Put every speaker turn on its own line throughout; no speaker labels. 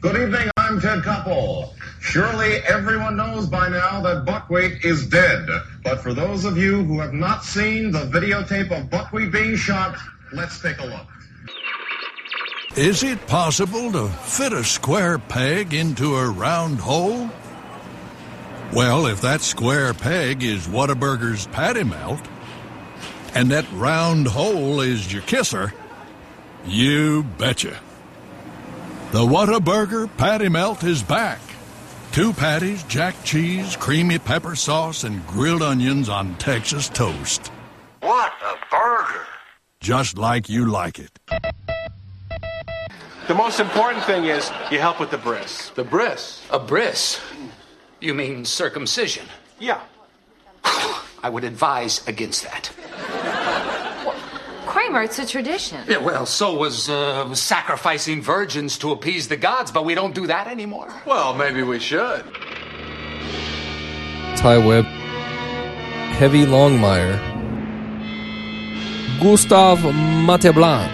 Good evening, I'm Ted Koppel. Surely everyone knows by now that buckwheat is dead. But for those of you who have not seen the videotape of buckwheat being shot, let's take a look.
Is it possible to fit a square peg into a round hole? Well, if that square peg is Whataburger's patty melt, and that round hole is your kisser, you betcha. The Whataburger patty melt is back. Two patties, jack cheese, creamy pepper sauce, and grilled onions on Texas toast.
What a burger!
Just like you like it.
The most important thing is you help with the bris.
The bris?
A bris? You mean circumcision?
Yeah.
I would advise against that.
Kramer, it's a tradition.
Yeah, well, so was uh, sacrificing virgins to appease the gods, but we don't do that anymore.
Well, maybe we should.
Ty Webb, Heavy Longmire, Gustav Mateblanc,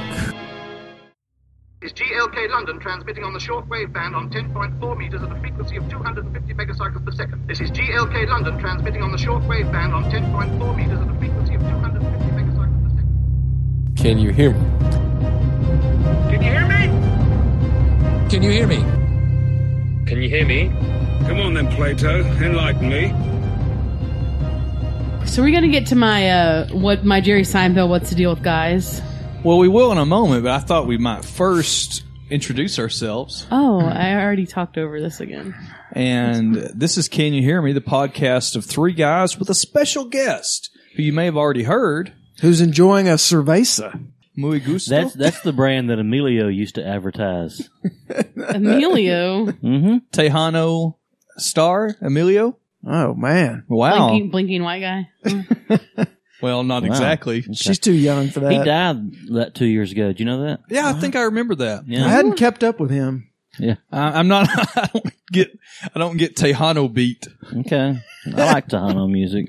is GLK London transmitting on the shortwave band on 10.4 meters at a frequency of 250 megacycles per second. This is GLK London transmitting on the shortwave band on 10.4 meters at a frequency of 250 megacycles per second.
Can you hear me?
Can you hear me?
Can you hear me?
Can you hear me?
Come on then, Plato, enlighten me.
So we're gonna get to my uh, what my Jerry Seinfeld what's the deal with guys.
Well, we will in a moment, but I thought we might first introduce ourselves.
Oh, I already talked over this again.
And this is Can You Hear Me, the podcast of three guys with a special guest who you may have already heard,
Who's enjoying a cerveza?
Muy Gusto.
That's that's the brand that Emilio used to advertise.
Emilio,
Mm-hmm.
Tejano Star Emilio.
Oh man,
Wow.
blinking, blinking white guy.
Well, not
Wow.
exactly.
she's too young for that.
He died that two years ago. Do you know that?
Yeah, I think I remember that.
I
Yeah.
hadn't kept up with him.
I, I'm not. I don't get. I don't get Tejano beat.
Okay. I like Tejano music.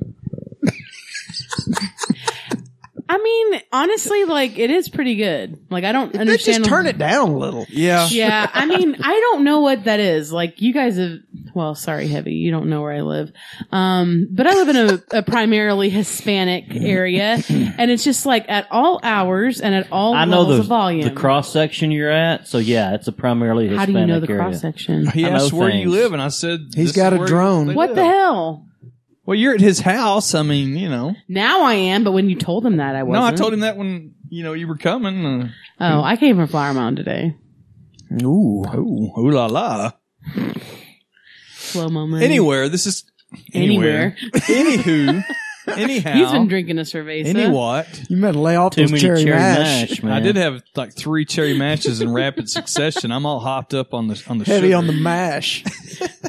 I mean, honestly, like it is pretty good. Like I don't understand.
Just turn it down a little.
Yeah.
Yeah, I mean, I don't know what that is. Like you guys have. Well, sorry, heavy. You don't know where I live, um, but I live in a, a primarily Hispanic area, and it's just like at all hours and at all
I know
levels
the
of volume.
the cross section you're at. So yeah, it's a primarily
How
Hispanic
do you know the
area.
cross section?
He
I know
asked where you
things.
live, and I said
He's
"This is
got a
where
drone."
they
What
live."
the hell?
Well, you're at his house. I mean, you know.
Now I am, but when you told him that, I wasn't.
No, I told him that when you know you were coming. Uh,
Oh, I came from Flower Mound today.
ooh, ooh, ooh la la.
Slow moment.
Anywhere, this is
Anywhere.
Anywho, anyhow,
he's been drinking a cerveza.
any what?
You better lay off
Too
those
many
cherry,
cherry
mash.
mash, man.
I did have like three cherry matches in rapid succession. I'm all hopped up on the on the
Heavy
sugar.
on the mash.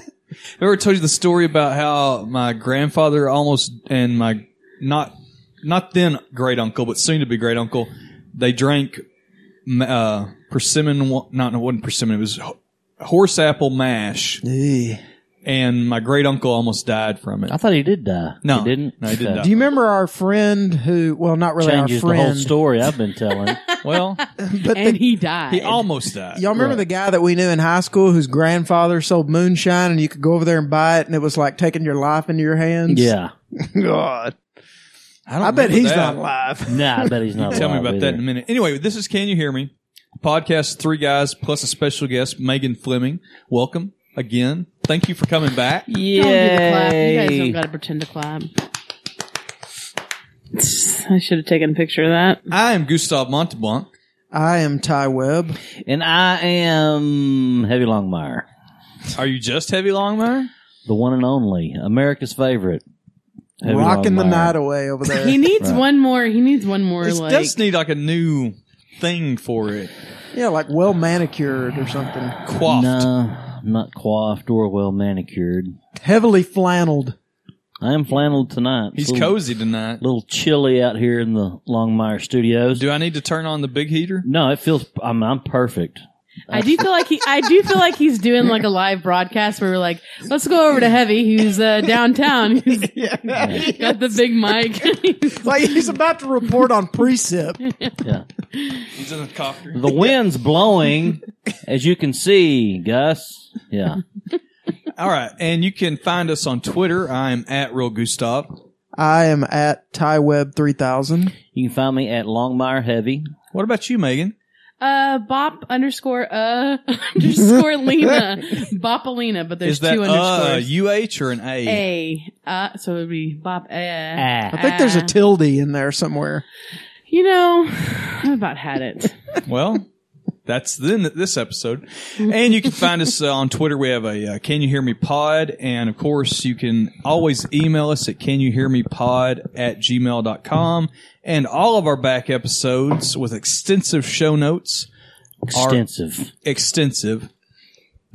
Ever told you the story about how my grandfather almost and my not not then great uncle, but soon to be great uncle, they drank m- uh, persimmon. wa- Not no, it wasn't persimmon. It was ho- horse apple mash,
Eh.
and my great uncle almost died from it.
I thought he did die.
No.
he didn't.
No, he did
Okay.
not.
Do you remember our friend who? Well, not really
Changes
our
the whole
friend.
story I've been telling.
Well,
But
and
the,
he died.
he almost died.
y'all remember the guy that we knew in high school whose grandfather sold moonshine, and you could go over there and buy it, and it was like taking your life into your hands.
yeah.
God,
I, don't
I bet
remember
he's
that.
not alive.
Nah, I bet he's not.
Tell me
alive
about that in a
either.
minute. Anyway, this is Can You Hear Me? Podcast three guys plus a special guest, Megan Fleming. Welcome again. Thank you for coming back.
Don't do the clap. You guys
Yay.
don't gotta pretend to clap. I should have taken a picture of that.
I am Gustav Monteblanc.
I am Ty Webb.
And I am Heavy Longmire,
Are you just Heavy Longmire?
the one and only America's favorite. Heavy
rocking the
Longmire.
night away over there.
He needs
Right.
one more. He needs one more.
It
like
does need like a new thing for it.
yeah, like well manicured or something.
Quaffed.
No, not coiffed or well manicured.
Heavily flanneled.
I am flanneled tonight.
He's
Little-
cozy tonight.
little chilly out here in the Longmire studios.
Do I need to turn on the big heater?
no, it feels. I'm, I'm perfect.
I do feel like he, I do feel like he's doing like a live broadcast where we're like, let's go over to Heavy, who's uh, downtown, who's got the big mic.
like he's about to report on precip.
Yeah.
He's in a copter.
The wind's blowing, as you can see, Gus. Yeah.
All right, and you can find us on Twitter. I'm at Real Gustav.
I am at TyWeb three thousand.
You can find me at Longmire Heavy.
What about you, Megan?
Uh, bop underscore uh underscore Lena, Bopolina, but there's
Is that
two
uh,
underscores.
UH or an A?
a uh, so it would be bop. Uh,
I think there's a tilde in there somewhere.
You know, I about had it.
Well, that's then this episode. And you can find us uh, on Twitter. We have a uh, Can You Hear Me Pod. And of course, you can always email us at Can You Hear Me Pod at gmail.com. And all of our back episodes with extensive show notes. are
Extensive.
extensive,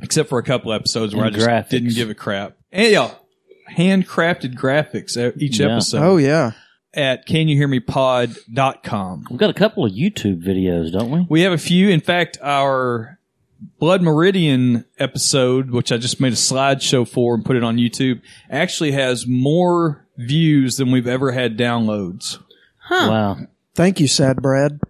except for a couple episodes where
And
I just
graphics.
didn't give a crap. And y'all, handcrafted graphics uh, each
Yeah.
episode.
Oh yeah.
At canyouhearmepod.com.
We've got a couple of YouTube videos, don't we?
We have a few. In fact, our Blood Meridian episode, which I just made a slideshow for and put it on YouTube, actually has more views than we've ever had downloads.
Wow.
Thank you, Sad Brad.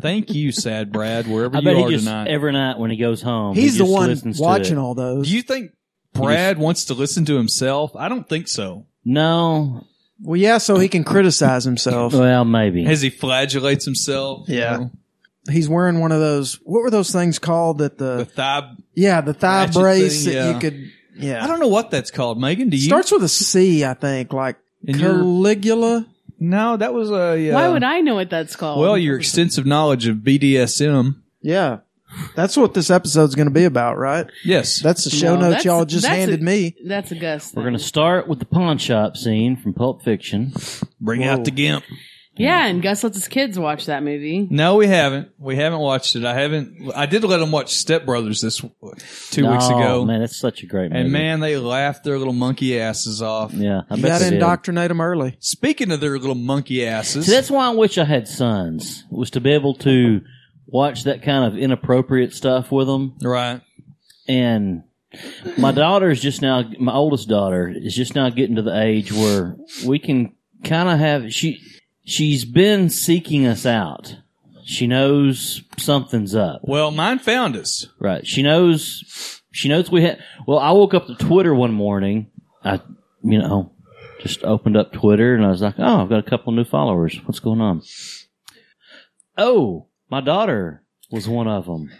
Thank you, Sad Brad, wherever
I
you
bet
are
he just
tonight.
every night when he goes home, he
He's the
just
one
listens to
watching
it.
all those.
Do you think Brad wants to listen to himself? I don't think so.
No.
well, yeah, so he can criticize himself.
Well, maybe.
As he flagellates himself. you
Yeah.
know?
He's wearing one of those. What were those things called? That the,
The thigh.
yeah, the thigh
ratchet
brace
thing,
that
yeah.
you could. Yeah,
I don't know what that's called, Megan. Do you? uh,
starts with a C, I think, like
And you're-
Caligula.
no, that was a. Uh,
Why would I know what that's called?
Well, your extensive knowledge of BDSM.
Yeah, that's what this episode's going to be about, right?
Yes.
That's the show
No,
notes
that's-
y'all just
that's a-
handed me.
That's a Gus.
We're going to start with the pawn shop scene from Pulp Fiction.
Bring out the gimp.
Yeah, and Gus lets his kids watch that movie.
No, we haven't. We haven't watched it. I haven't. I did let them watch Step Brothers this two weeks
Oh,
ago,
man, that's such a great movie.
and man, they laughed their little monkey asses off.
yeah, I
You
bet
got
they
to
did.
indoctrinate them early.
Speaking of their little monkey asses,
See, that's why I wish I had sons, was to be able to watch that kind of inappropriate stuff with them.
right?
And my daughter's just now, my oldest daughter is just now getting to the age where we can kind of have, she, she's been seeking us out. She knows something's up.
Well, mine found us.
Right. She knows. She knows we had. Well, I woke up to Twitter one morning. I, you know, just opened up Twitter and I was like, oh, I've got a couple new followers. What's going on? Oh, my daughter was one of them.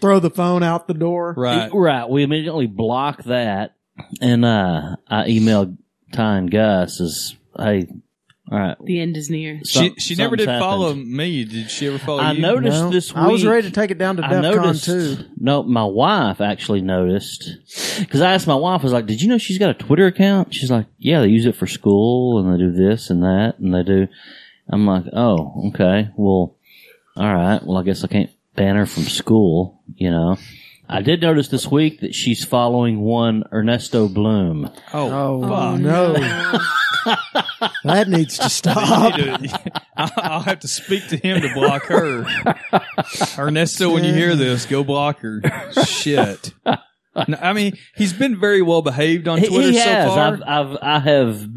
Throw the phone out the door.
Right?
Right. We immediately blocked that, and uh, I emailed Ty and Gus as, hey, all right.
The end is near.
She
some-
she never did
something's
follow
happened.
me. Did she ever follow
I
you?
noticed
No,
this week.
I was ready to take it down to
I
DEF CON
noticed.
2.
No, my wife actually noticed because I asked my wife. I was like, "Did you know she's got a Twitter account?" She's like, "Yeah, they use it for school and they do this and that and they do." I'm like, "Oh, okay. Well, all right. Well, I guess I can't ban her from school." You know, I did notice this week that she's following one Ernesto Bloom.
Oh, no. that needs to stop.
I- I'll have to speak to him to block her. Ernesto, when you hear this, go block her. Shit. No, I mean, he's been very well behaved on
He-
Twitter
he
so
has.
far.
I've, I've I have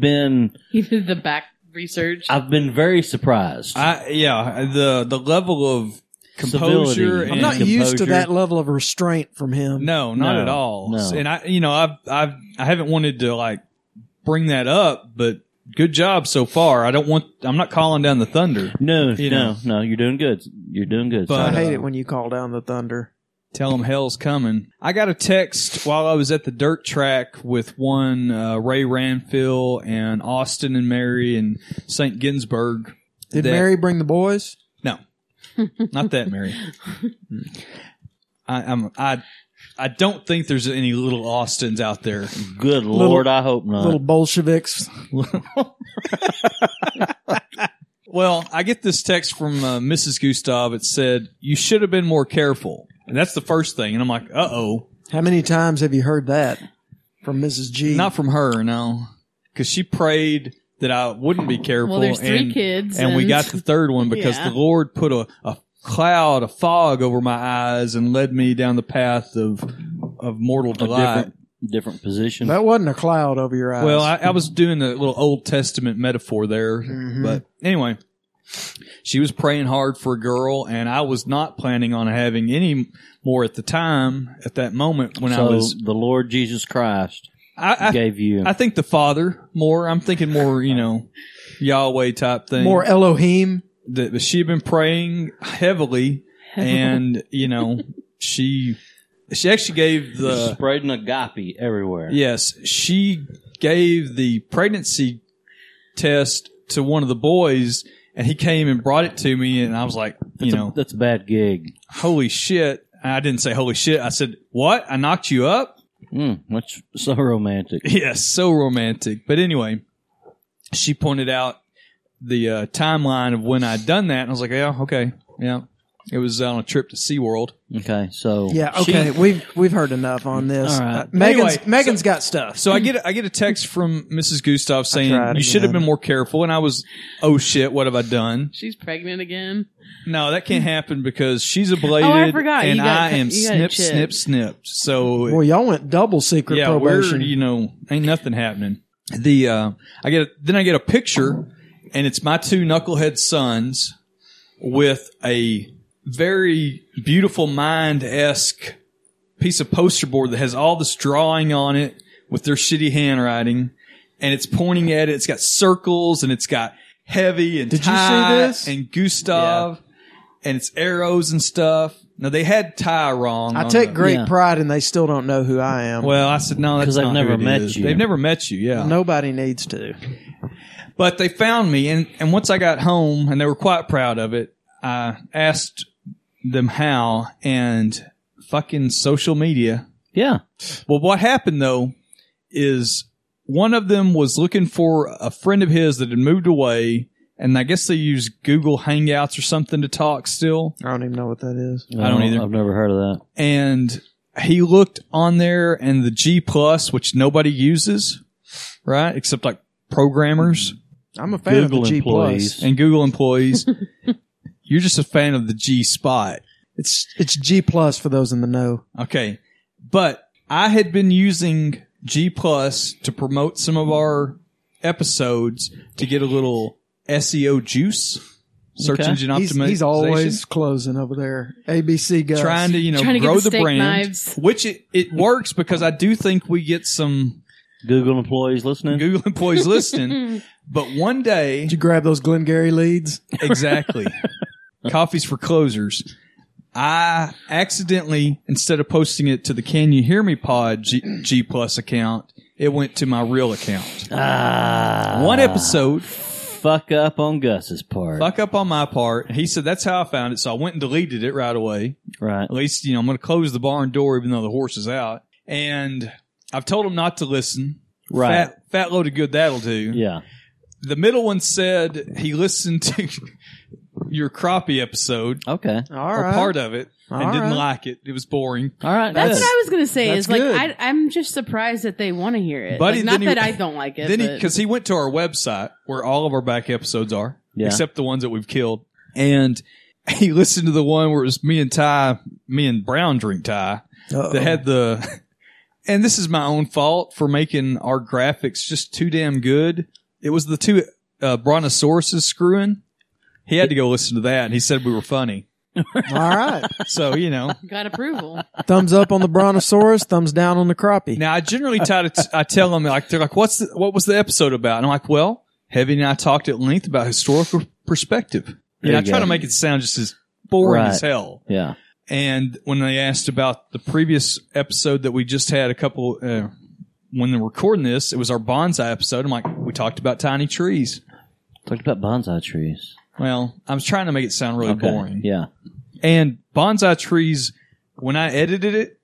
been
He did the back research.
I've been very surprised.
I, yeah, the the level of composure.
Civility.
And
I'm
I'm not used to
composure-
that level of restraint from him.
No, not
No,
at all.
no.
And I, you know, I've I've I haven't wanted to like bring that up, but good job so far. I don't want. I'm not calling down the thunder.
no,
you
no,
know.
no. You're doing good. You're doing good.
But-
son.
I
But,
hate
uh,
it when you call down the thunder.
Tell them hell's coming. I got a text while I was at the dirt track with one uh, Ray Ranfield and Austin and Mary and St. Ginsburg.
Did
that-
Mary bring the boys?
No, not that Mary. I, I'm I I don't think there's any little Austins out there.
Good
Little-
lord, I hope not.
Little Bolsheviks.
Well, I get this text from uh, Mrs. Gustav. It said you should have been more careful, and that's the first thing. And I'm like, uh oh,
How many times have you heard that from Mrs. G?
Not from her, no, because she prayed that I wouldn't be careful.
Well, there's three
and,
kids,
and, we
and-
got the third one because
Yeah.
the Lord put a, a cloud, a fog over my eyes, and led me down the path of of mortal delight.
different- different position.
That wasn't a cloud over your eyes.
Well, I, I was doing a little Old Testament metaphor there,
Mhm.
but anyway, she was praying hard for a girl, and I was not planning on having any more at the time. At that moment, when
So,
I was,
the Lord Jesus Christ
I, I
gave you.
I think the Father more. I'm thinking more, you know, Yahweh type thing.
More Elohim.
That that she had been praying heavily, and you know, she she actually gave the
spreading agape everywhere.
Yes, she gave the pregnancy test to one of the boys, and he came and brought it to me, and I was like, you
That's a-
know,
that's a bad gig.
Holy shit! And I didn't say holy shit. I said what? I knocked you up.
Mm, that's so romantic.
Yes, so romantic. But anyway, she pointed out the uh, timeline of when I'd done that, and I was like, yeah, okay, yeah. It was on a trip to SeaWorld.
Okay, so
yeah, okay. we've we've heard enough on this.
All right.
Uh, Megan's
Anyway,
Megan's got stuff.
So I get I get a text from Mrs. Gustav saying
tried
you should have
again.
been more careful, and I was, oh shit, what have I done?
She's pregnant again.
No, that can't happen because she's ablated.
Oh, I forgot. You
And
got-
I am
you got it
snip,
checked.
snip, snipped. So
Well, y'all went double secret
yeah,
probation.
we're you know ain't nothing happening. The uh, I get a, then I get a picture, and it's my two knucklehead sons with a very beautiful mind esque piece of poster board that has all this drawing on it with their shitty handwriting, and it's pointing at it. It's got circles and it's got heavy and
Did you see
Ty
this?
and Gustav, and it's arrows and stuff. Now they had tie wrong.
I
on
take
the-
great pride, and they still don't know who I am.
well, I said no. Because
they've never met you.
They've never met you. Yeah.
Nobody needs to.
But they found me, and and once I got home, and they were quite proud of it. I asked them how, and fucking social media.
Yeah.
Well, what happened though is one of them was looking for a friend of his that had moved away. And I guess they use Google Hangouts or something to talk still.
I don't even know what that is.
I don't either
I've never heard of that.
and he looked on there and the G plus, which nobody uses, right? Except like programmers
I'm a fan of the G plus.
and Google employees. You're just a fan of the G spot. It's
It's G plus for those in the know.
okay. But I had been using G plus to promote some of our episodes to get a little SEO juice, search
Okay.
engine
He's-
optimization.
He's, always closing over there. ABC Gus.
trying to you know grow the brand, which it, it works because I do think we get some
Google employees listening.
Google employees listening. but one day,
Did you grab those Glengarry leads?
exactly, coffees for closers. I accidentally, instead of posting it to the Can You Hear Me Pod G, G Plus account, it went to my real account.
Ah,
One episode,
fuck up on Gus's part.
fuck up on my part. He said that's how I found it, so I went and deleted it right away.
Right.
At least, you know, I'm going to close the barn door even though the horse is out. And I've told him not to listen.
Right.
Fat, fat load of good that'll do.
Yeah.
The middle one said he listened to your crappie episode
Okay.
All
or
right.
part of it and
All
didn't
right.
like it. It was boring.
All right.
That's
good.
what I was gonna say.
That's
is like
good.
I, I'm just surprised that they want to hear it.
But
Like,
he-
not
then he-
that I don't like it.
Then he
but-
because he went to our website where all of our back episodes are,
Yeah.
except the ones that we've killed, and he listened to the one where it was me and Ty, me and Brown drink Ty
Uh-oh.
that had the. And this is my own fault for making our graphics just too damn good. It was the two uh, brontosauruses screwing. He had to go listen to that, and he said we were funny.
All right.
So you know,
got approval.
Thumbs up on the Brontosaurus. Thumbs down on the crappie.
Now I generally try to t- I tell them like they're like what's the, what was the episode about? And I'm like, well, Heavy and I talked at length about historical perspective.
There
And I
you
try
go.
to make it sound just as boring
Right.
as hell.
Yeah.
And when they asked about the previous episode that we just had a couple uh, when they're recording this, it was our bonsai episode. I'm like, we talked about tiny trees.
Talked about bonsai trees.
Well, I was trying to make it sound really
Okay.
boring.
Yeah.
And bonsai trees, when I edited it,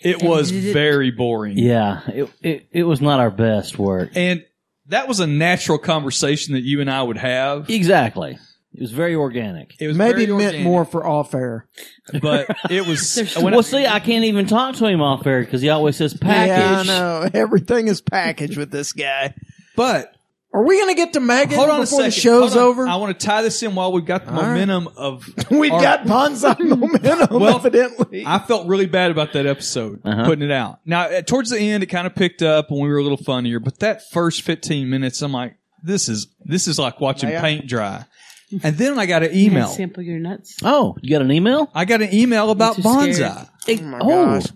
it was
Edited it.
very boring.
Yeah. It, it it was not our best work.
And that was a natural conversation that you and I would have.
Exactly. It was very organic.
It was
Maybe
very
meant
organic,
more for off air.
but it was. when I-
Well, see, I can't even talk to him off air because he always says
Yeah, I
package.
know. Everything is packaged with this guy.
but
Are we going to get to Megan
Hold on a
before
second.
the show's
Hold on.
over?
I want to tie this in while we've got the
All right.
momentum of.
We've
our-
got bonsai momentum,
Well,
evidently.
I felt really bad about that episode,
Uh-huh.
putting it out. Now, uh, towards the end, it kind of picked up and we were a little funnier, but that first 15 minutes, I'm like, this is, this is like watching
Yeah.
paint dry. And then I got an
Can I
email.
sample your nuts.
Oh, you got an email?
I got an email about
too scared.
bonsai.
oh my
oh.
gosh.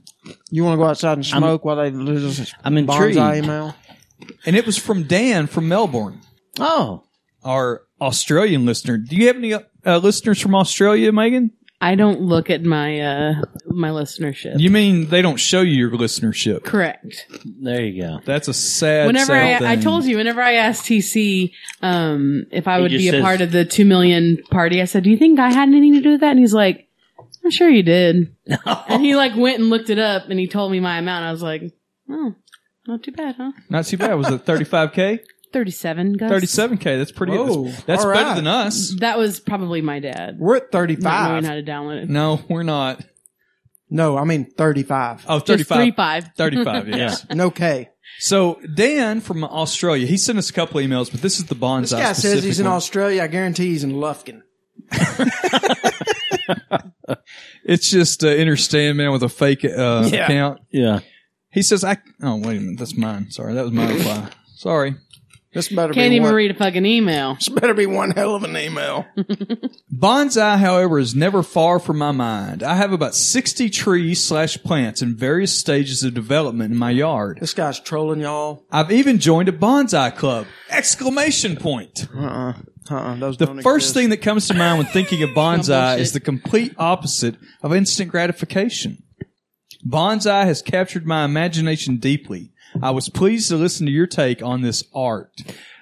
You want to go outside and smoke while they lose this
I'm intrigued.
bonsai email?
And it was from Dan from Melbourne,
Oh.
our Australian listener. Do you have any uh, listeners from Australia, Megan?
I don't look at my uh my listenership.
You mean they don't show you your listenership?
Correct.
There you go.
That's a sad.
whenever
sad
I, I
thing.
told you, whenever I asked TC um, if I
He
would
just
be a
says-
part of the two million party, I said, "Do you think I had anything to do with that?" And he's like, "I'm sure you did." And he like went and looked it up, and he told me my amount. I was like, "Oh, not too bad, huh?
not too bad. Was it 35k,
Thirty-seven, guys.
37k? That's pretty.
Whoa.
That's, that's
All
better
right.
than us.
That was probably my dad
We're at
not
35.
knowing how to download it.
No, we're not.
No, I mean 35.
Oh,
Just
35.
five.
35. Yes.
No K.
So Dan from Australia, he sent us a couple emails, but this is the bonsai.
This guy says he's
specific
in
one.
Australia. I guarantee he's in Lufkin.
It's just uh, interstan man with a fake uh,
Yeah.
account.
Yeah.
He says, "I." Oh, wait a minute. That's mine. Sorry, that was my reply. Sorry.
This better
Can't
be
even
one.
read a fucking email.
This better be one hell of an email.
Bonsai, however, is never far from my mind. I have about 60 trees slash plants in various stages of development in my yard.
this guy's trolling y'all.
I've even joined a bonsai club! Exclamation point.
Uh uh-uh. uh. Those
The
don't
first
exist.
thing that comes to mind when thinking of bonsai
bullshit.
is the complete opposite of instant gratification. Bonsai has captured my imagination deeply. I was pleased to listen to your take on this art.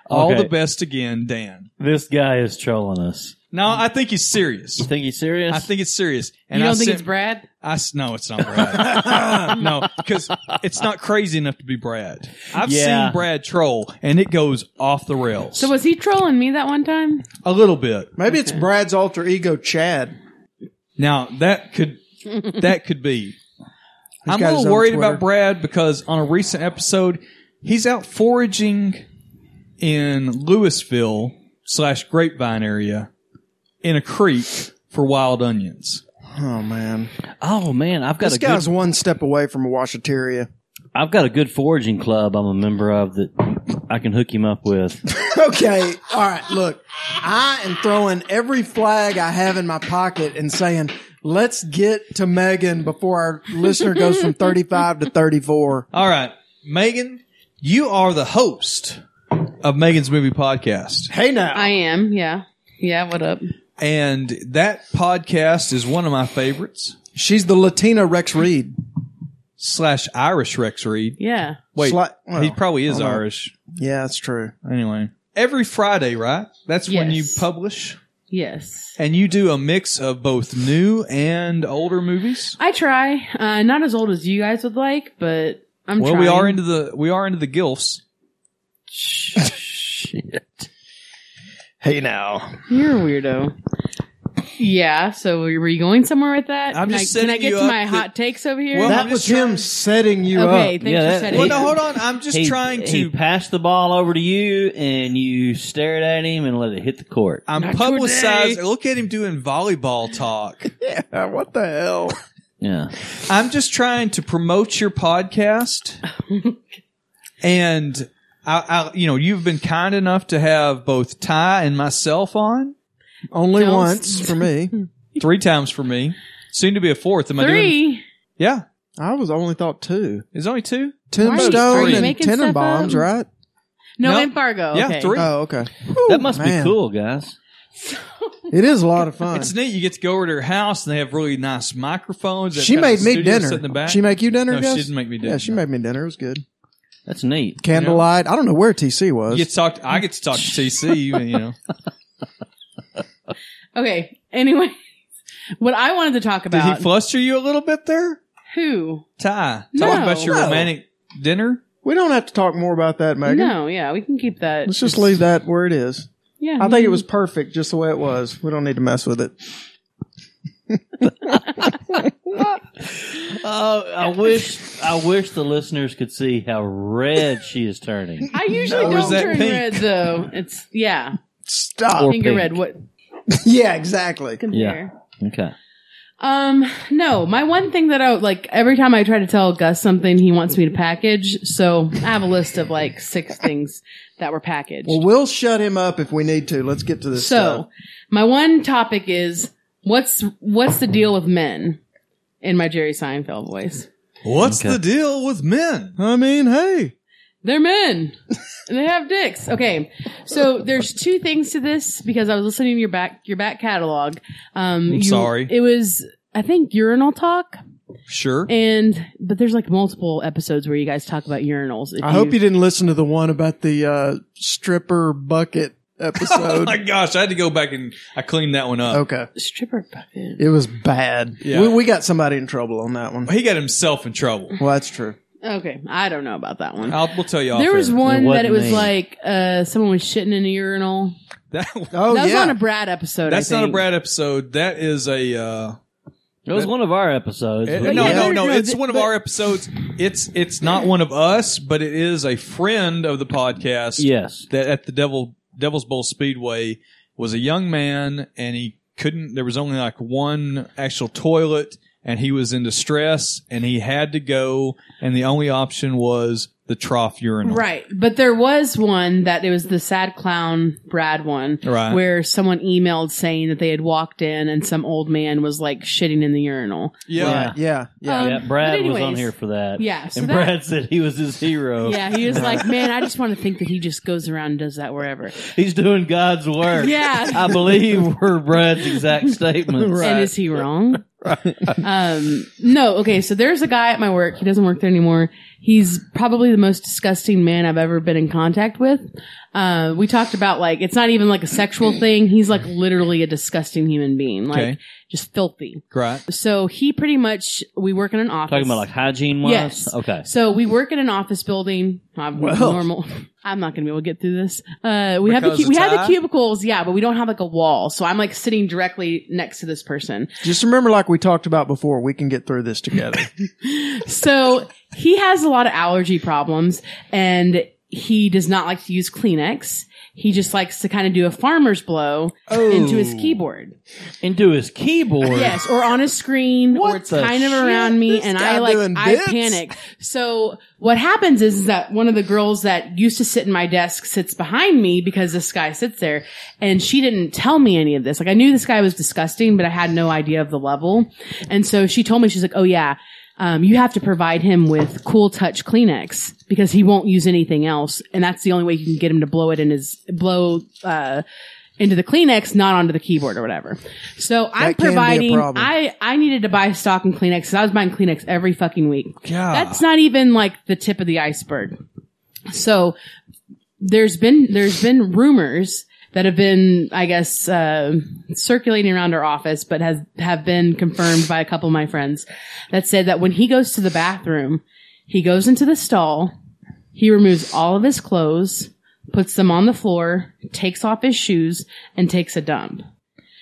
All
Okay.
the best again, Dan.
This guy is trolling us.
No, I think he's serious.
You think he's serious?
I think it's serious.
You don't
I
think
sent-
it's Brad?
I s- no, it's not Brad. no, because it's not crazy enough to be Brad. I've
Yeah.
seen Brad troll, and it goes off the rails
So was he trolling me that one time?
a little bit.
Maybe it's Brad's alter ego, Chad.
Now that could that could be. I'm
got
a
his
little
own
worried
Twitter.
about Brad because on a recent episode, he's out foraging in Louisville slash Grapevine area in a creek for wild onions.
Oh man,
oh man, I've got
this
a good,
guy's one step away from a washateria.
I've got a good foraging club I'm a member of that I can hook him up with.
okay, all right. Look, I am throwing every flag I have in my pocket and saying, "Let's get to Megan before our listener goes from thirty-five to thirty-four."
All right, Megan, you are the host of Megan's Movie Podcast,
Hey now,
I am. Yeah. Yeah. What up?
and that podcast is one of my favorites.
she's the Latina Rex Reed.
Slash Irish Rex Reed.
Yeah.
Wait,
Sli- well,
he probably is
hold on.
Irish.
Yeah, that's true.
Anyway, every Friday, right? That's when you
Yes.
publish
Yes.
and you do a mix of both new and older movies.
I try. Uh, not as old as you guys would like, but I'm
well,
trying.
we are into the we are into the gilfs.
Shit.
Hey now,
You're a weirdo. Yeah. So were you going somewhere with that?
I'm
Can
just
I-
setting
Can I get
you
to
up
my
that-
hot takes over here?
Well,
that
I'm
was
just trying-
him setting you
okay.
up.
Thanks
Yeah,
for
that-
setting.
Well,
it
no,
up.
hold on. I'm just
he,
trying
He
to.
passed the ball over to you, and you stared at him and let it hit the court.
I'm publicizing. Look at him doing volleyball talk.
Yeah, what the hell?
Yeah.
I'm just trying to promote your podcast, and I, I, you know, you've been kind enough to have both Ty and myself on
Only
Don't-
once for me.
three times for me. Soon to be a fourth. Am I doing?
Three.
Yeah,
I was only thought two.
there's only two.
Why are
Tombstone
you
and
making stuff
Tenenbaums,
up?
right?
No,
No.
and Fargo.
Yeah,
okay.
three.
Oh, okay.
that must
man.
be cool, guys.
It is a lot of fun.
It's neat. You get to go over to her house, and they have really nice microphones. They've
She
got a
made me
studio set in the
dinner.
back.
She make you dinner?
No, she
Gus?
didn't make me
Yeah,
dinner,
she
no.
made me dinner. It was good.
That's neat.
Candlelight. I don't know where TC was.
You get to talk. I get to talk to TC. You know,
Okay. Anyway, what I wanted to talk
did he
about
fluster you a little bit there,
who?
Ty? Talk
No.
about your
No.
romantic dinner.
we don't have to talk more about that, Megan.
No. Yeah, we can keep that.
Let's just leave that where it is.
Yeah.
I think it was perfect just the way it was. We don't need to mess with it. Oh, I wish I wish the listeners could see how red she is turning.
I usually
Or is
don't
that
turn
pink?
red though. It's yeah.
Stop.
Or
Finger
pink.
red. What?
yeah, exactly.
Compare.
Okay.
Um, no, my one thing that I like every time I try to tell Gus something, he wants me to package. So I have a list of like six things that were packaged.
Well, we'll shut him up if we need to. Let's get to this.
so
stuff.
my one topic is what's what's the deal with men in my Jerry Seinfeld voice?
What's
Okay.
the deal with men? I mean, hey,
They're men. and they have dicks. Okay. So there's two things to this because I was listening to your back your back catalog. Um
I'm
you-
sorry.
It was I think urinal talk.
sure.
And but there's like multiple episodes where you guys talk about urinals. If
I hope you didn't listen to the one about the uh, stripper bucket
Oh
episode.
my gosh, I had to go back and I cleaned that one up.
okay,
stripper bucket.
It was bad.
Yeah.
We, we got somebody in trouble on that one.
He got himself in trouble.
Well, that's true.
Okay, I don't know about that one.
I'll, we'll tell you. off
there was
air.
one that it was like uh, someone was shitting in a urinal.
That,
oh
that was on a Brad episode.
That's
I
not a
think.
Brad episode. That is a. Uh,
It was one of our episodes.
Eh,
but
no,
yeah.
no, no,
no,
It's
th-
one of
but-
our episodes. It's it's not one of us, but it is a friend of the podcast.
Yes.
that at the Devil Devil's Bowl Speedway was a young man, and he couldn't. There was only like one actual toilet, and he was in distress, and he had to go, and the only option was the trough urinal.
Right, but there was one that it was the sad clown Brad one,
Right.
where someone emailed saying that they had walked in and some old man was like shitting in the urinal.
Yeah.
Yeah, yeah.
Um,
Yeah, Brad
but
was on
anyways,
here for that.
yeah, so
and
that-
Brad said he was his hero.
Yeah, he was like, "Man, I just want to think that he just goes around and does that wherever."
He's doing God's work.
Yeah.
I believe were Brad's exact statements.
And is he wrong? um, no, okay, so there's a guy at my work. He doesn't work there anymore. He's probably the most disgusting man I've ever been in contact with. Uh, we talked about like, it's not even like a sexual thing. He's like literally a disgusting human being, like
Okay.
just filthy.
Right.
So he pretty much, we work in an office.
Talking about like hygiene wise?
Yes.
Okay.
So we work in an office building. I'm
Well.
normal. I'm not going to be able to get through this. Uh, we have the
Because
cu- we
it's
have the
high?
cubicles, yeah, but we don't have like a wall. So I'm like sitting directly next to this person.
Just remember, like we talked about before, we can get through this together.
So he has a lot of allergy problems and he does not like to use Kleenex. He just likes to kind of do a farmer's blow into his keyboard.
Into his keyboard.
Yes, or on a screen, or it's
the
kind of
shit?
around me,
This
and
guy
I like
doing
I
bits?
panic. So what happens is, is that one of the girls that used to sit in my desk sits behind me because this guy sits there, and she didn't tell me any of this. Like I knew this guy was disgusting, but I had no idea of the level. And so she told me she's like, "Oh yeah." Um, you have to provide him with cool touch Kleenex because he won't use anything else, and that's the only way you can get him to blow it in his blow uh, into the Kleenex, not onto the keyboard or whatever. So I'm
can be a
providing.
problem.
I I needed to buy stock in Kleenex because I was buying Kleenex every fucking week.
Yeah.
That's not even like the tip of the iceberg. So there's been there's been rumors that have been I guess uh, circulating around our office, but has have been confirmed by a couple of my friends that said that when he goes to the bathroom, he goes into the stall, he removes all of his clothes, puts them on the floor, takes off his shoes, and takes a dump.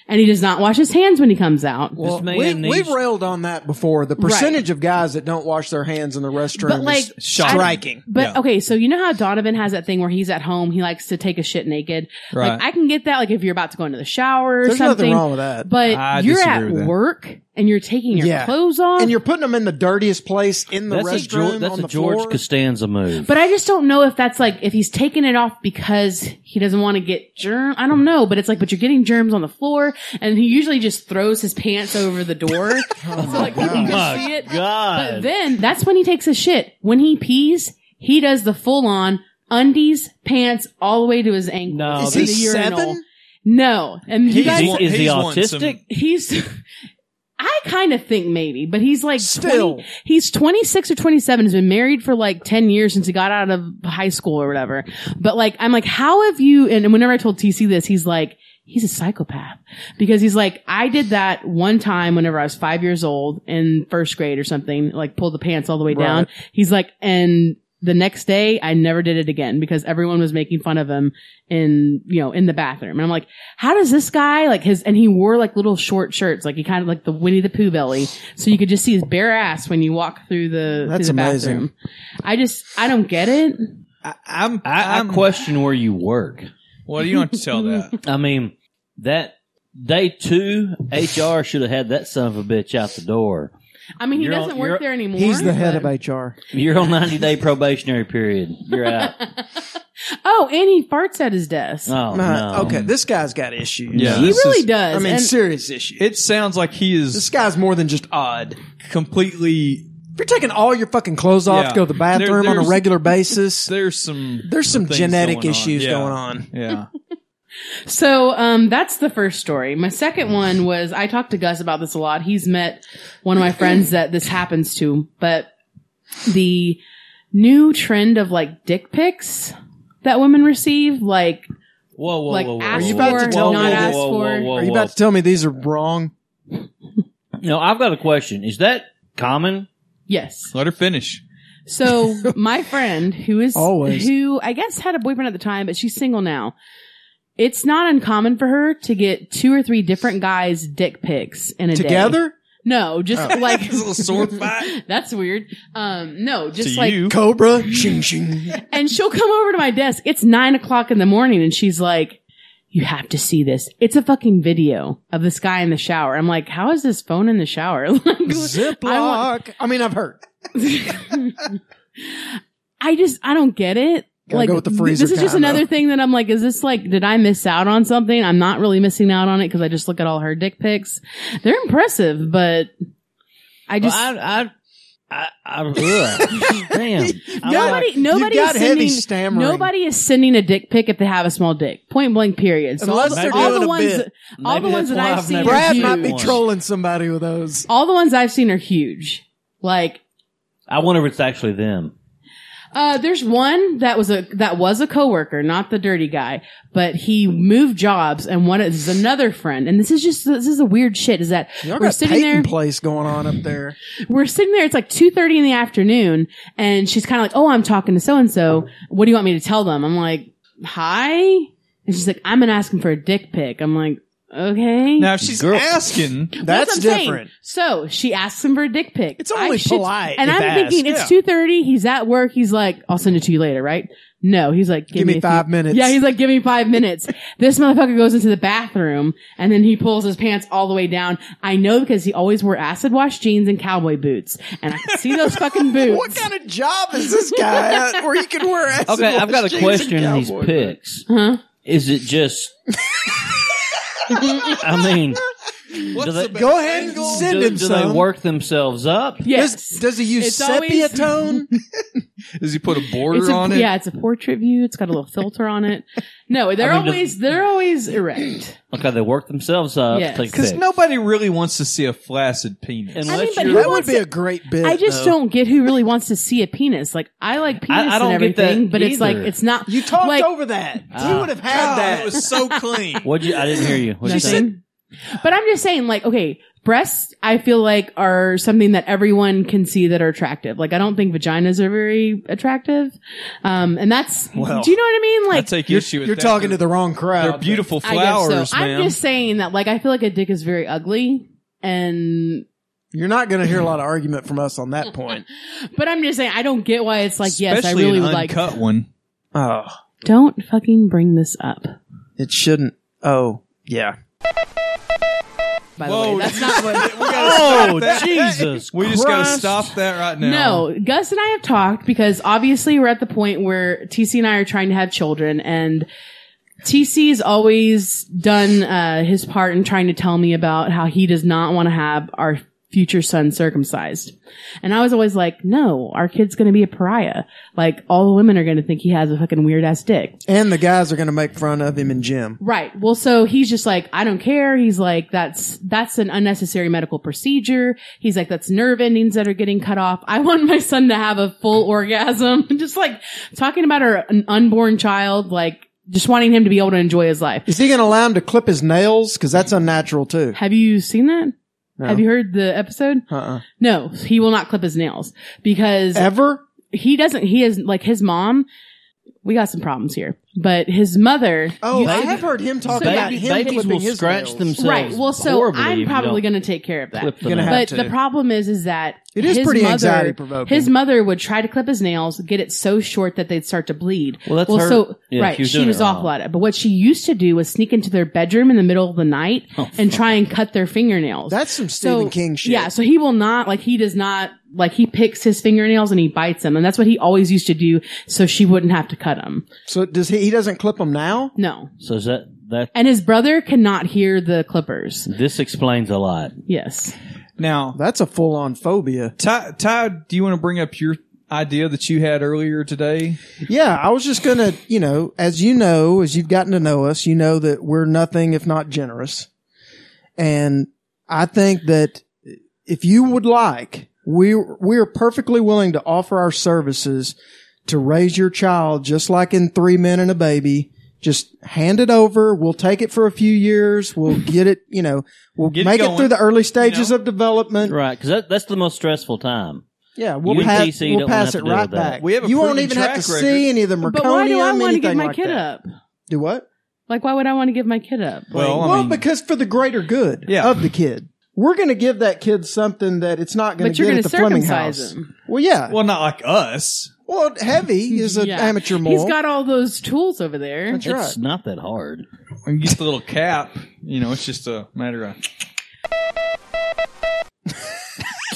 And he does not wash his hands when he comes out.
Well, we,
man needs-
we've railed on that before. The percentage of guys that don't wash their hands in the restroom
But, like,
is
I-
striking.
But okay, so you know how Donovan has that thing where he's at home, he likes to take a shit naked.
Right.
Like I can get that, like if you're about to go into the shower or
There's nothing
something.
wrong with that.
But
I
you're
disagree
at
with that.
work and you're taking your
Yeah.
clothes off,
and you're putting them in the dirtiest place in the
That's a,
restroom
Geor- that's
on
a
the
George
floor.
Costanza move.
But I just don't know if that's like if he's taking it off because he doesn't want to get germ. I don't know, but it's like, but you're getting germs on the floor, and he usually just throws his pants over the door, so like people
Oh my
can see it.
God.
But then that's when he takes his shit. When he pees, he does the full on undies, pants all the way to his ankles.
No,
in
Is
he
the urinal.
seven?
No, and you
He's
guys,
one-
is he
he's one some-
autistic?
he's. I kind of think maybe, but he's like
Still.
20, he's 26 or 27. He's been married for like 10 years since he got out of high school or whatever. But like, I'm like, how have you, and whenever I told TC this, he's like, he's a psychopath because he's like, I did that one time whenever I was five years old in first grade or something, like pulled the pants all the way down. He's like, and the next day, I never did it again because everyone was making fun of him in, you know, in the bathroom. And I'm like, how does this guy like his, and he wore like little short shirts, like he kind of like the Winnie the Pooh belly. So you could just see his bare ass when you walk through the,
That's
through the
amazing.
bathroom. I just, I don't get it.
I'm,
I, I question where you work.
Well, you don't have to tell that.
I mean, that day two, HR should have had that son of a bitch out the door.
I mean, he
You're on-
doesn't
you're-
work there anymore.
He's the head
but-
of HR.
You're on 90 day probationary period. You're out.
Oh, and he farts at his desk.
Oh,
Uh,
no.
Okay, this guy's got issues.
Yeah,
he
this
really
is-
does.
I mean,
and-
serious issues.
It sounds like he
This
is
guy's more than just odd.
completely.
If you're taking all your fucking clothes off
Yeah.
to go to the bathroom
There-
on a
there's-
regular basis,
There's some.
there's some
things
genetic
going on.
issues
Yeah.
going on.
Yeah.
So um, that's the first story. My second one was I talked to Gus about this a lot. He's met one of my friends that this happens to, but the new trend of like dick pics that women receive, like
Whoa, whoa,
like
whoa, whoa.
asked
you about
for,
to tell
not
me-
asked
Whoa, whoa,
for.
whoa, whoa.
Are you about to tell me these are wrong?
No, I've got a question. Is that common?
Yes.
Let her finish.
So my friend who is
Always.
who I guess had a boyfriend at the time, but she's single now. It's not uncommon for her to get two or three different guys' dick pics in a day.
Together? Oh.
No, just like
This little sword fight.
That's weird. Um, no, just
to
like,
you.
Cobra, shing shing.
and she'll come over to my desk. It's nine o'clock in the morning, and she's like, "You have to see this. It's a fucking video of this guy in the shower." I'm like, "How is this phone in the shower?" like,
Ziploc. I, mean, I've heard.
I just, I don't get it.
Gotta
like
go with the freezer
this is just
combo.
another thing that I'm like, is this like, did I miss out on something? I'm not really missing out on it because I just look at all her dick pics. They're impressive, but I just
well, I, I, I, I, ugh. damn. I'm
Nobody,
like-
nobody
got
is
heavy
sending.
stammering.
Nobody is sending a dick pic if they have a small dick. Point blank. Period. So
Unless
all the,
they're
all
doing
the
a
ones,
bit.
all the
Maybe
ones
that's
that
why
I've,
I've
seen,
never
are
Brad
you.
might be
huge.
trolling somebody with those.
all the ones I've seen are huge. Like
I wonder if it's actually them.
Uh, there's one that was a that was a coworker, not the dirty guy, but he moved jobs, and one is another friend. And this is just this is a weird shit. Is that
Y'all
we're
got
sitting
Peyton
there,
place going on up there.
we're sitting there. It's like two thirty in the afternoon, and she's kind of like, "Oh, I'm talking to so and so. What do you want me to tell them?" I'm like, "Hi," and she's like, "I'm gonna ask him for a dick pic." I'm like, "Okay."
Now if she's
Girl.
asking.
That's
what I'm saying.
different.
So she asks him for a dick pic.
It's only
shit-
polite
And
if
I'm
asked,
thinking it's
yeah.
two thirty. He's at work. He's like, I'll send it to you later, right? No, he's like, give,
Give me
a few-
five minutes.
Yeah, he's like, give me five minutes. this motherfucker goes into the bathroom and then he pulls his pants all the way down. I know because he always wore acid wash jeans and cowboy boots, and I can see those fucking boots.
What kind of job is this guy at where you can wear acid
Okay, I've got a question in these pics.
Huh?
Is it just. I mean, do they,
Go ahead and send
do,
him
do they
some.
work themselves up?
Yes.
Does, does he use
It's
sepia
always-
tone?
Does he put a border
It's a,
on it?
yeah, it's a portrait view. It's got a little filter on it. No, they're
I mean, does-
always they're always erect.
Okay, they work themselves up.
Yes.
Take a
Because
pic.
nobody really wants to see a flaccid penis.
And
I mean,
Unless
but
you're-
who
That would
wants
be
to-
a great bit.
I just don't get who really wants to see a penis. Like I like penis
I don't
and
get that
everything, but it's like
either.
it's not.
You talked
like,
over that.
Ah.
you would have had that.
It was so clean.
What'd you, I didn't hear you. What'd you say?
nothing. But I'm just saying, like, okay, breasts. I feel like are something that everyone can see that are attractive. Like I don't think vaginas are very attractive. Um, and that's.
Well,
do you know what I mean?
I
Like.
take issue with
You're
that.
talking to the wrong crowd.
They're beautiful
I guess
flowers,
so.
man.
I'm just saying that, like, I feel like a dick is very ugly, and
You're not going to hear a lot of argument from us on that point.
but I'm just saying I don't get why it's like, yes, I
Especially
really
an
would like.
uncut one.
oh,
Don't fucking bring this up.
it shouldn't. Oh, yeah.
By the
Whoa,
way, that's not what.
Oh, Jesus.
We just got to
Christ.
stop that right now.
No, Gus and I have talked because obviously we're at the point where TC and I are trying to have children and TC's always done uh, his part in trying to tell me about how he does not want to have our future son circumcised. And I was always like, no, our kid's going to be a pariah. Like all the women are going to think he has a fucking weird ass dick.
And the guys are going to make fun of him in gym.
Right. Well, so he's just like, I don't care. He's like, that's, that's an unnecessary medical procedure. He's like, that's nerve endings that are getting cut off. I want my son to have a full orgasm. Just like talking about our, an unborn child, like just wanting him to be able to enjoy his life.
Is he going to allow him to clip his nails? Because that's unnatural too.
Have you seen that?
No.
Have you heard the episode?
Uh-uh.
No, he will not clip his nails because
Ever?
he doesn't. He is like his mom. We got some problems here, but his mother.
Oh, I have heard him talk
So
about
baby-
him
babies
clipping
will
his
scratch
nails.
themselves
Right. Well, so
horribly if
I'm
you
probably
don't
going to take care of that.
clip them Gonna out.
But
have
the
to.
problem is, is that
It is
his
pretty
mother-
anxiety-provoking.
His mother would try to clip his nails, get it so short that they'd start to bleed.
Well, that's her-
so
yeah, she
right. She
was
was,
doing it wrong.
awful at it. But what she used to do was sneak into their bedroom in the middle of the night
Oh,
and try and cut their fingernails.
That's some Stephen King shit.
Yeah. So he will not like he does not like he picks his fingernails and he bites them, and that's what he always used to do, so she wouldn't have to cut them.
So does he? He doesn't clip them now.
No.
So is that that
And his brother cannot hear the clippers.
this explains a lot.
Yes.
Now
that's a full on phobia.
Ty, Ty, do you want to bring up your idea that you had earlier today?
Yeah, I was just gonna, you know, as you know, as you've gotten to know us, you know that we're nothing if not generous. And I think that if you would like, we we are perfectly willing to offer our services to raise your child just like in Three Men and a Baby. Just hand it over. We'll take it for a few years. We'll get it, you know, we'll
Get it
make it,
going,
through the early stages of development.
Right, because that, that's the most stressful time.
Yeah, we'll,
You
pass,
TC, you
we'll
don't wanna
pass
have to
it
deal with
right
that.
back.
We have a
you won't
proven
even have to
track record.
see any of the
But why do I
meconium,
want to give
anything
my
like
kid
that.
up?
Do what?
Like, why would I want to give my kid up?
Well, because for the greater good of the kid, we're going to give that kid something that it's not going
But
to
you're
get
gonna
at the Fleming
circumcise
house.
him.
Well, yeah.
Well, not like us.
Well, heavy is an
Yeah.
amateur moral.
He's got all those tools over there.
That's It's right.
not that hard.
When you get the little cap, you know, it's just a matter of.